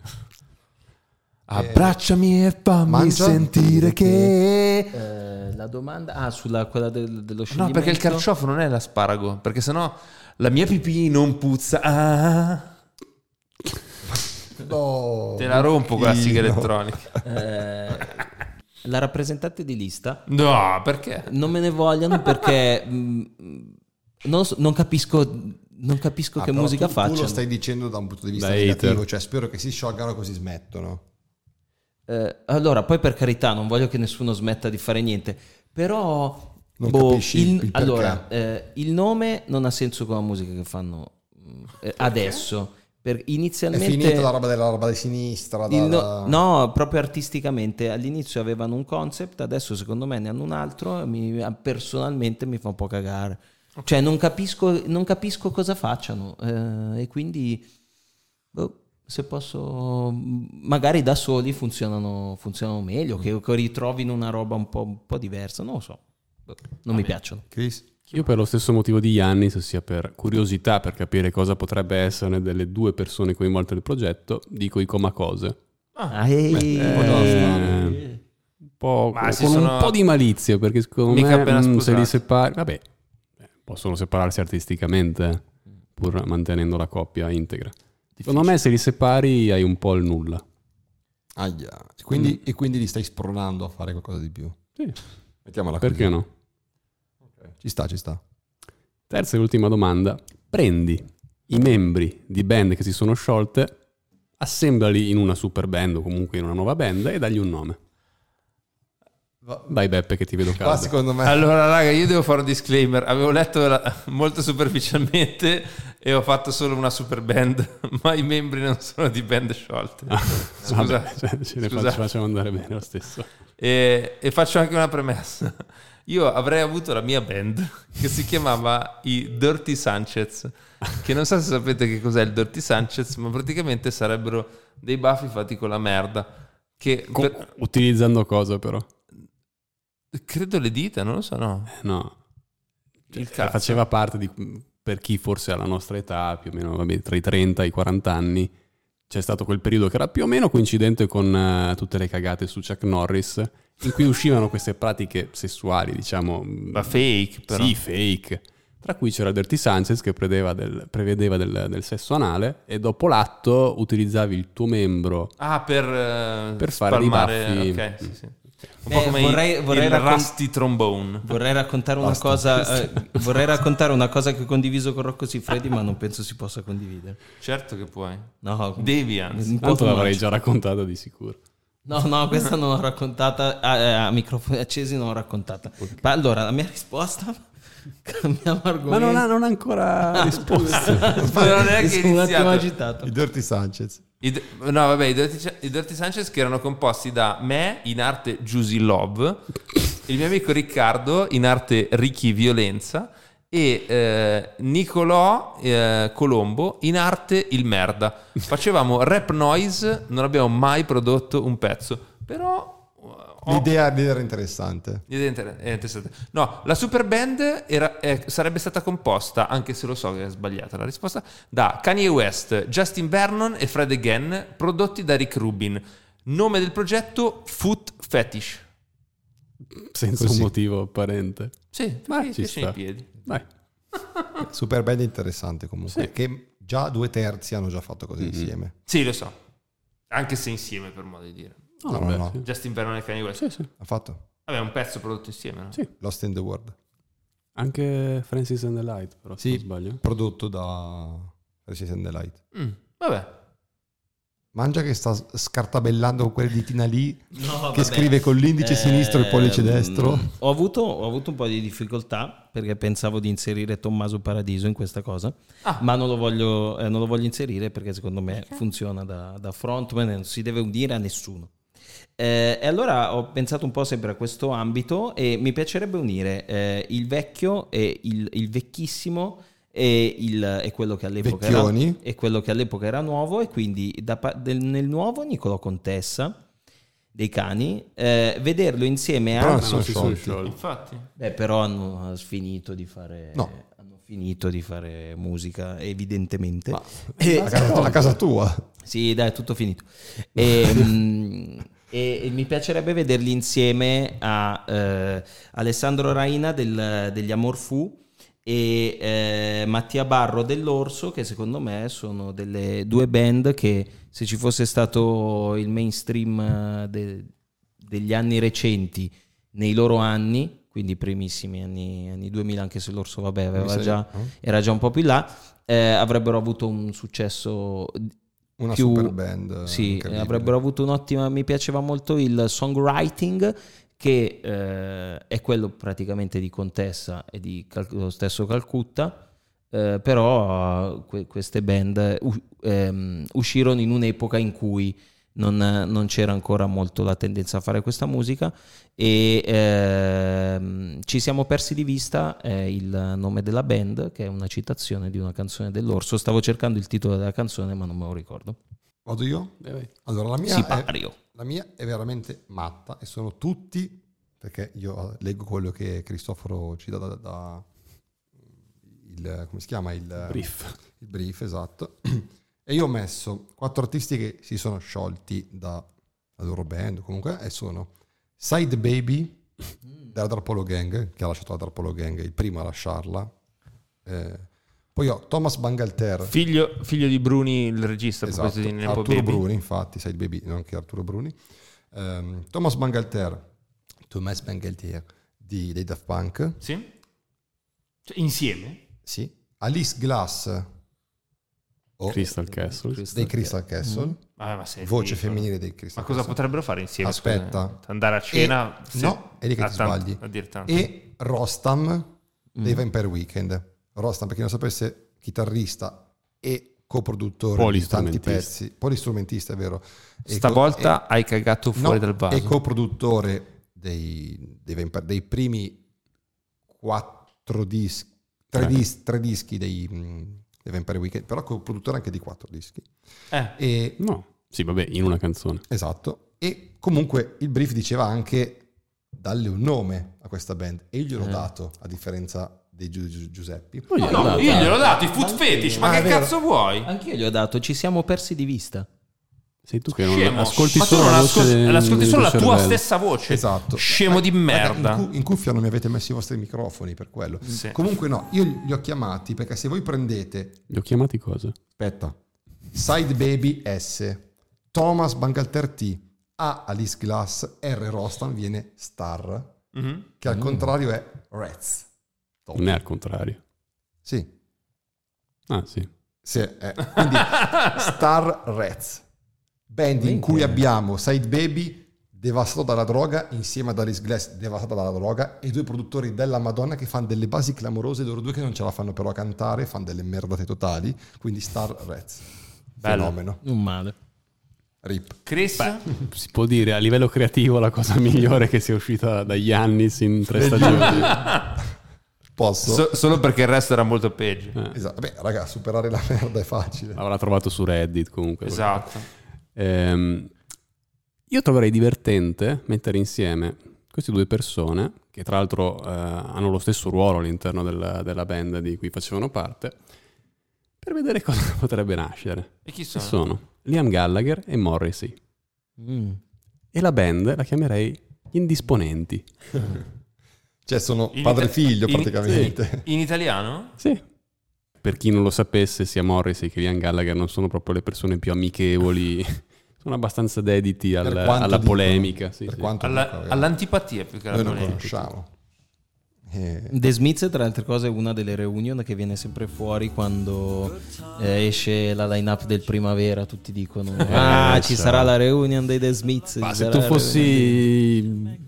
S2: Abbracciami e fammi
S3: Mangia. sentire
S2: che...
S1: Eh, la domanda... Ah, sulla quella del- dello
S2: No,
S1: scioglimento.
S2: perché il carciofo non è l'asparago, perché sennò la mia pipì non puzza. Ah,
S3: No.
S2: te la rompo con la sigla
S3: Io.
S2: elettronica.
S1: Eh, la rappresentante di lista
S2: No, perché?
S1: non me ne vogliono perché mh, non, so- non capisco non capisco
S3: Ah,
S1: che
S3: però
S1: musica
S3: tu,
S1: facciano
S3: Tu lo stai dicendo da un punto di vista
S5: Da
S3: negativo,
S5: hater.
S3: cioè spero che si sciolgano così smettono.
S1: Eh, allora poi per carità non voglio che nessuno smetta di fare niente però boh,
S3: Non capisci il perché.
S1: allora eh, il nome non ha senso con la musica che fanno mh, eh, adesso per,
S3: È
S1: inizialmente
S3: finita la roba della roba di sinistra. da-
S1: Il
S3: da-
S1: no, no, proprio artisticamente. All'inizio avevano un concept, adesso secondo me ne hanno un altro. e mi- personalmente mi fa un po' cagare. Cioè, non capisco, non capisco cosa facciano. eh, e quindi, boh, se posso, magari da soli funzionano, funzionano meglio. Che, che ritrovino una roba un po', un po' diversa. Non lo so. Boh, non mi piacciono.
S3: Chris?
S5: Io per lo stesso motivo di Yannis, ossia per curiosità, per capire cosa potrebbe essere delle due persone coinvolte nel progetto, dico i coma cose.
S1: Ah, ehi.
S5: Eh, un po',
S2: Ma si
S5: con
S2: sono-
S5: un po' di malizia, perché secondo
S2: Mica appena
S5: me mm, se
S2: sposati.
S5: li separi... Vabbè, eh, possono separarsi artisticamente, pur mantenendo la coppia integra. Secondo me se li separi hai un po' il nulla.
S3: Aia. Quindi-
S1: Mm.
S3: e quindi li stai spronando a fare qualcosa di più.
S5: Sì.
S3: Mettiamola così.
S5: Perché no?
S3: Ci sta, ci sta.
S5: Terza e ultima domanda. Prendi i membri di band che si sono sciolte, assemblali in una super band o comunque in una nuova band e dagli un nome. Vai Beppe che ti vedo
S3: Qua
S5: caldo.
S3: secondo me...
S2: Allora, raga, io devo fare un disclaimer. Avevo letto la- molto superficialmente e ho fatto solo una super band, ma i membri non sono di band sciolte.
S5: Vabbè,
S2: Scusate.
S5: cioè, ce
S2: Scusate.
S5: ne faccio- facciamo andare bene lo stesso.
S2: E, e faccio anche una premessa. Io avrei avuto la mia band che si chiamava i Dirty Sanchez, che non so se sapete che cos'è il Dirty Sanchez, ma praticamente sarebbero dei baffi fatti con la merda. Che
S5: Co-
S2: per-
S5: Utilizzando cosa però?
S2: credo le dita, non lo so, no.
S5: No.
S2: Il
S5: Cioè,
S2: cazzo.
S5: faceva parte di per chi forse alla nostra età, più o meno vabbè, tra i 30 e i 40 anni, c'è stato quel periodo che era più o meno coincidente con eh, tutte le cagate su Chuck Norris, in cui uscivano queste pratiche sessuali, diciamo,
S2: Ma fake, però.
S5: sì, fake. Tra cui c'era Dirty Sanchez che prevedeva, del, prevedeva del- del sesso anale e dopo l'atto utilizzavi il tuo membro
S2: Ah, per, eh,
S5: Per fare dei
S2: spalmare,
S5: baffi. Mm.
S2: ok, sì, sì. Un po'
S1: Eh,
S2: come i-
S1: vorrei- vorrei
S2: il
S1: raccon-
S2: Rusty Trombone.
S1: Vorrei raccontare, una
S5: Basta.
S1: cosa, eh, vorrei raccontare una cosa che ho condiviso con Rocco Siffredi, ma non penso si possa condividere.
S2: Certo che puoi.
S1: No,
S2: Devi, anzi.
S1: un po'
S5: Tanto
S1: too
S5: l'avrei
S1: much.
S5: già raccontata di sicuro.
S1: No, no, questa non l'ho raccontata a, eh, a microfoni accesi, non l'ho raccontata. Ma allora, la mia risposta, cambiamo argomento.
S5: Ma non ha, non ha ancora risposto.
S2: Ma non è che è
S1: Sono un attimo
S2: iniziato.
S1: agitato.
S3: I Dirty Sanchez.
S2: I d- no, vabbè, i Dirty, i Dirty Sanchez che erano composti da me in arte Juicy Love, il mio amico Riccardo in arte Ricky Violenza e eh, Nicolò eh, Colombo in arte Il Merda. Facevamo rap noise, non abbiamo mai prodotto un pezzo, però... eh,
S1: Oh.
S2: ho-
S3: L'idea, l'idea era interessante.
S2: È inter- è interessante. eh, No, la super band era- eh, sarebbe stata composta, anche se lo so che è sbagliata la risposta, da Kanye West, Justin Vernon e Fred Again, prodotti da Rick Rubin. Nome del progetto Foot Fetish.
S5: Senza un
S3: Così.
S5: motivo apparente.
S2: Sì,
S5: Ma
S2: perché
S5: ci
S2: piacciono
S5: sta.
S2: i piedi.
S5: Dai.
S3: Super band interessante comunque. Che già due terzi hanno già fatto cose
S1: Mm-hmm.
S3: insieme.
S2: Sì, lo so. Anche se insieme, per modo di dire.
S3: No, no,
S5: vabbè,
S3: no.
S5: sì.
S2: Justin Vernon e Kanye West.
S5: Sì, sì.
S3: Ha fatto
S2: Vabbè, un pezzo prodotto insieme, no?
S5: Sì.
S3: Lost in the World.
S5: Anche Francis and the Light, però, se
S3: Sì.
S5: non sbaglio.
S3: Prodotto da Resistance the Light.
S2: Mm, vabbè.
S3: Mangia che sta scartabellando con quelle di Tina lì
S1: No, vabbè.
S3: che scrive con l'indice
S1: Eh,
S3: sinistro e il pollice
S1: mm,
S3: destro.
S1: Ho avuto, ho avuto un po' di difficoltà perché pensavo di inserire Tommaso Paradiso in questa cosa,
S2: Ah.
S1: ma non lo, voglio, eh, non lo voglio inserire perché secondo me funziona da, da frontman e non si deve unire a nessuno. Eh, e allora ho pensato un po' sempre a questo ambito e mi piacerebbe unire eh, il vecchio e il, il vecchissimo e, il- e quello che all'epoca era-
S3: Vecchioni.
S1: e quello che all'epoca era nuovo e quindi da pa- del- nel nuovo Nicolò Contessa dei cani eh, vederlo insieme a
S3: Però-
S5: Ma
S3: sono
S5: non si sono
S3: sciolti.
S5: sciolti.
S2: Infatti.
S1: beh però hanno finito di fare
S3: No.
S1: hanno finito di fare musica evidentemente
S3: Ma-
S2: Eh,
S5: Eh,
S1: E-
S3: La casa, la casa tua.
S1: sì, dai, è tutto finito. E, mm, e- e mi piacerebbe vederli insieme a eh, Alessandro Raina del- degli Amorfù e eh, Mattia Barro dell'Orso, che secondo me sono delle due band che se ci fosse stato il mainstream eh, de- degli anni recenti nei loro anni, quindi i primissimi anni, anni 2000, anche se l'Orso vabbè, aveva
S3: Mi sa-
S1: già,
S3: no?
S1: era già un po' più in là, eh, avrebbero avuto un successo
S3: Una
S1: più-
S3: super band.
S1: sì,
S3: incredibile.
S1: avrebbero avuto un'ottima. Mi piaceva molto il songwriting, che eh, è quello praticamente di Contessa e di Cal- lo stesso Calcutta. eh, però eh, que- queste band u- ehm, uscirono in un'epoca in cui non, non c'era ancora molto la tendenza a fare questa musica e ehm, ci siamo persi di vista è il nome della band che è una citazione di una canzone dell'orso stavo cercando il titolo della canzone ma non me lo ricordo
S3: Vado io?
S5: Eh, vai.
S3: Allora, la mia, è,
S1: Sipario.
S3: la mia è veramente matta e sono tutti, perché io leggo quello che Cristoforo ci dà da... da- da- il, come si chiama? Il
S5: Brief.
S3: Il brief, esatto. E io ho messo quattro artisti che si sono sciolti dalla loro band, comunque, e sono Side Baby della Darpolo Gang, che ha lasciato la Darpolo Gang, il primo a lasciarla. Eh, poi ho Thomas Bangalter,
S2: Figlio, figlio di Bruni, il regista, a
S3: esatto,
S2: proposito di Nepo
S3: Arturo
S2: Baby.
S3: Bruni, infatti, Side Baby, nonché Arturo Bruni. ehm, Thomas Bangalter, Thomas Bangalter di, dei Daft Punk,
S2: Sì? Cioè, insieme?
S3: sì. Alice Glass
S2: boh.
S3: o
S5: Crystal Castle.
S3: dei Crystal Castle,
S2: Vabbè, ma sei
S3: voce
S2: figo.
S3: femminile dei Crystal
S2: Ma cosa
S3: Castle.
S2: potrebbero fare insieme?
S3: Aspetta.
S2: scusa? Andare a cena?
S3: E- no, è lì che
S2: a
S3: ti
S2: tan-
S3: sbagli.
S2: A dir tanto.
S3: e Rostam
S2: Mm.
S3: dei Vampire Weekend. Rostam, per chi non sapesse, chitarrista e coproduttore di tanti
S5: Polistrumentista.
S3: pezzi, polistrumentista, è vero.
S5: Ecco,
S3: E
S2: Stavolta
S3: co-
S2: hai cagato
S3: e-
S2: fuori
S3: no,
S2: dal vaso.
S3: E coproduttore dei, dei, Vampire- dei primi quattro dischi, tre,
S2: Tre.
S3: dis- tre dischi dei, mh, dei Vampire Weekend, però coproduttore anche di quattro dischi.
S2: Eh,
S3: E
S5: No, sì, vabbè, in una canzone.
S3: Esatto. E comunque il brief diceva anche dalle un nome a questa band e io
S2: Eh.
S3: gliel'ho dato a differenza di Giu- Giu- Giuseppe.
S5: Poi gliel'ho
S2: no,
S5: data.
S2: io gliel'ho dato i food fetish, ma
S3: Ah, è
S2: che
S3: vero.
S2: cazzo vuoi?
S1: Anch'io gli ho dato, ci siamo persi di vista.
S5: Sei tu che non
S2: Scemo.
S5: ascolti
S2: ma tu
S5: solo
S2: non
S5: la
S2: ascol-
S5: voce del-
S2: ascolti
S5: del
S2: solo
S5: tuo
S2: la tua
S5: cervello.
S2: stessa voce.
S3: Esatto.
S2: Scemo di
S3: Raga,
S2: merda.
S3: In, cu- in cuffia non mi avete messo i vostri microfoni per quello.
S2: Sì.
S3: Comunque no, io li ho chiamati perché se voi prendete,
S5: Li ho chiamati cosa?
S3: aspetta, Side Baby S, Thomas Bangalter T, A Alice Glass, R Rostan viene Star,
S2: Mhm.
S3: che al contrario è Rats.
S5: Non è al contrario.
S3: Sì,
S5: Ah, sì.
S3: Sì, eh, quindi Star Rats, band in cui abbiamo Side Baby devastato dalla droga insieme ad Alice Glass devastata dalla droga e due produttori della Madonna che fanno delle basi clamorose loro due che non ce la fanno però a cantare fanno delle merdate totali quindi Star Rats
S2: Bello.
S3: fenomeno
S1: Non male.
S3: rip
S2: Chris?
S3: Ecco.
S5: Si può dire a livello creativo la cosa migliore che sia uscita dagli anni in tre stagioni.
S3: posso
S2: So- solo perché il resto era molto
S5: Eh,
S2: peggio.
S3: Esatto. beh raga superare la merda è facile
S5: L'avrà trovato su Reddit comunque.
S2: Esatto.
S5: Ehm, io troverei divertente mettere insieme queste due persone, che tra l'altro eh, hanno lo stesso ruolo all'interno della, della band di cui facevano parte, per vedere cosa potrebbe nascere.
S2: E chi
S5: Che
S2: sono?
S5: sono Liam Gallagher e Morrissey.
S1: Mm.
S5: E la band la chiamerei Gli Indisponenti.
S3: cioè sono
S2: In
S3: padre e
S2: Ita-
S3: figlio
S2: in-
S3: praticamente
S2: In italiano?
S5: Sì. Per chi non lo sapesse, sia Morrissey che Liam Gallagher non sono proprio le persone più amichevoli, sono abbastanza dediti al-
S3: Per quanto
S5: alla
S3: dicono,
S5: polemica. sì,
S3: per
S5: sì.
S3: quanto
S2: Alla-
S3: dicono, raga.
S2: all'antipatia più che alla
S3: noi non
S2: polemica.
S3: conosciamo Eh,
S1: The Smiths, tra le altre cose, è una delle reunion che viene sempre fuori quando eh, esce la line-up del primavera. Tutti dicono:
S2: Eh,
S1: Ah, ci
S2: cioè,
S5: sì.
S1: sarà la reunion dei The Smiths.
S5: Ma
S1: ci
S5: se
S1: sarà
S5: tu
S1: la reunion
S5: fossi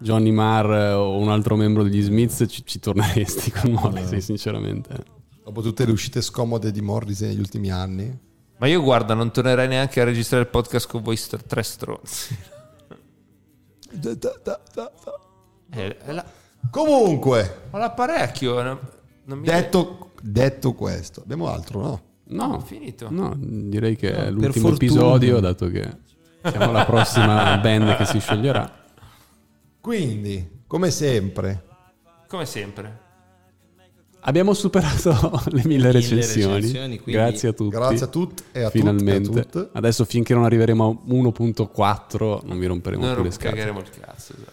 S5: Johnny Marr o un altro membro degli Smiths, ci, ci torneresti con Morrissey, sinceramente.
S3: dopo tutte le uscite scomode di Morrissey negli ultimi anni
S2: Ma io guarda, non tornerei neanche a registrare il podcast con voi st- tre stronzi. Eh, è la-
S3: Comunque,
S2: Ho l'apparecchio. eh, non- non mi-
S3: detto, detto questo, abbiamo altro, no?
S5: No,
S2: finito.
S5: no, direi che è
S1: per
S5: l'ultimo
S1: fortuna.
S5: episodio, dato che siamo la prossima band che si scioglierà.
S3: Quindi, come sempre,
S2: Come sempre.
S5: Abbiamo superato le mille recensioni.
S1: recensioni, quindi
S5: grazie a tutti.
S3: grazie a tutti e a
S5: Finalmente.
S3: tutte e a tutte.
S5: Adesso finché non arriveremo a 1.4 non vi romperemo
S2: Noi
S5: più
S2: non
S5: le scatole.
S2: cagheremo il cazzo. esatto.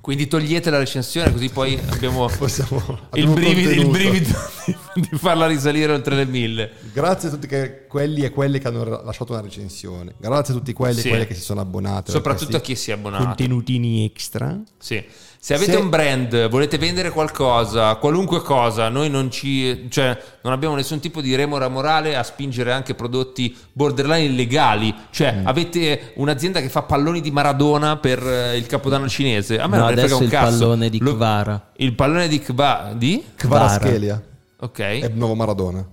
S2: Quindi togliete la recensione così poi abbiamo
S3: possiamo
S2: il
S3: abbiamo
S2: brivido, il
S3: contenuto.
S2: brivido di, di farla risalire oltre le mille.
S3: Grazie a tutti che- quelli e quelle che hanno ra- lasciato una recensione. Grazie a tutti quelli
S2: Sì.
S3: e quelle che si sono abbonati.
S2: Soprattutto a
S3: perché
S2: chi si è
S3: sì.
S2: abbonato.
S3: contenutini extra.
S2: Sì. Se avete
S3: Se-
S2: un brand, volete vendere qualcosa, qualunque cosa, noi non ci cioè non abbiamo nessun tipo di remora morale a spingere anche prodotti borderline illegali, cioè
S1: Mm.
S2: avete un'azienda che fa palloni di Maradona per eh, il Capodanno cinese. A me
S1: No,
S2: non ne frega
S1: adesso
S2: un
S1: il
S2: cazzo.
S1: pallone di
S2: Lo-
S1: Kvara.
S2: Il pallone di Kva di?
S3: Kvaraschelia
S2: Ok,
S3: è
S1: Eh.
S3: il nuovo Maradona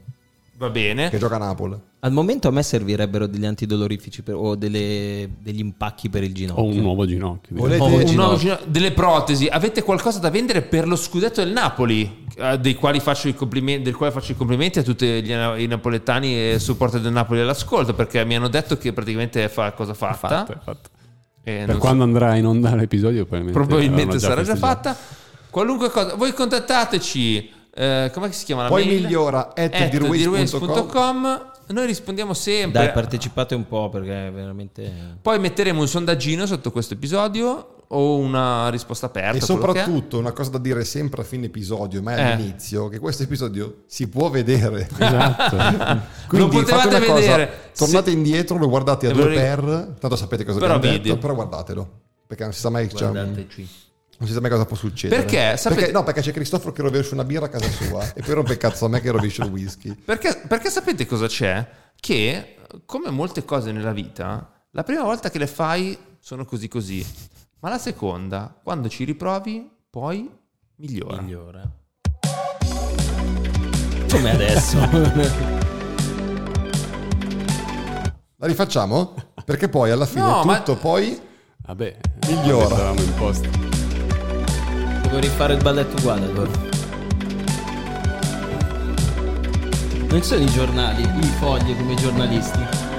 S2: va bene.
S3: che gioca a Napoli.
S1: Al momento a me servirebbero degli antidolorifici per- o delle- degli impacchi per il
S5: Ho
S1: ginocchio.
S5: un nuovo ginocchio. direi.
S3: Volete-
S1: nuovo
S2: Oh, Un nuovo
S1: ginocchio.
S2: ginocchio- delle protesi, avete qualcosa da vendere per lo scudetto del Napoli, eh, dei quali faccio i complimenti, del quale faccio i complimenti a tutti gli, na- i napoletani e supporter del Napoli all'ascolto, perché mi hanno detto che praticamente fa cosa fatta.
S5: Fatto, è fatto.
S2: E Eh, non
S5: Per
S2: so-
S5: quando andrà in onda l'episodio, probabilmente,
S2: probabilmente
S5: l'avranno
S2: sarà già
S5: festeggiato.
S2: fatta. Qualunque cosa, voi contattateci. eh, com'è che si chiama la
S3: Poi
S2: mail?
S3: migliora at
S2: At
S3: dirways.com.
S2: dirways.com. Noi rispondiamo sempre.
S1: Dai, partecipate un po' perché è veramente.
S2: Poi metteremo un sondaggino sotto questo episodio. o una risposta aperta.
S3: E
S2: Certo, quello che è.
S3: soprattutto una cosa da dire sempre a fine episodio, mai
S2: Eh.
S3: all'inizio, che questo episodio si può vedere.
S5: Esatto.
S2: Lo
S3: Quindi
S2: potevate
S3: fate una cosa,
S2: vedere.
S3: tornate
S2: Se-
S3: indietro, lo guardate a
S2: E
S3: due
S2: vorrei-
S3: per, tanto sapete cosa
S2: Però
S3: abbiamo detto,
S2: video.
S3: però guardatelo, perché non si sa mai, cioè, non
S1: Guardateci.
S3: si sa mai cosa può succedere.
S2: Perché? Sapete-
S3: no, perché c'è Cristoforo che rovescia una birra a casa sua e poi rompe il cazzo a me che rovescio il whisky.
S2: Perché, perché sapete cosa c'è? Che, come molte cose nella vita, la prima volta che le fai sono così così, ma la seconda, quando ci riprovi, poi migliora.
S1: Migliora. Come adesso.
S3: La rifacciamo? Perché poi alla fine
S2: No, ma-
S3: tutto poi
S5: Vabbè,
S3: Migliora.
S5: Eravamo in posto.
S1: Devo rifare il balletto uguale allora. Non ci sono i giornali, i fogli come i giornalisti.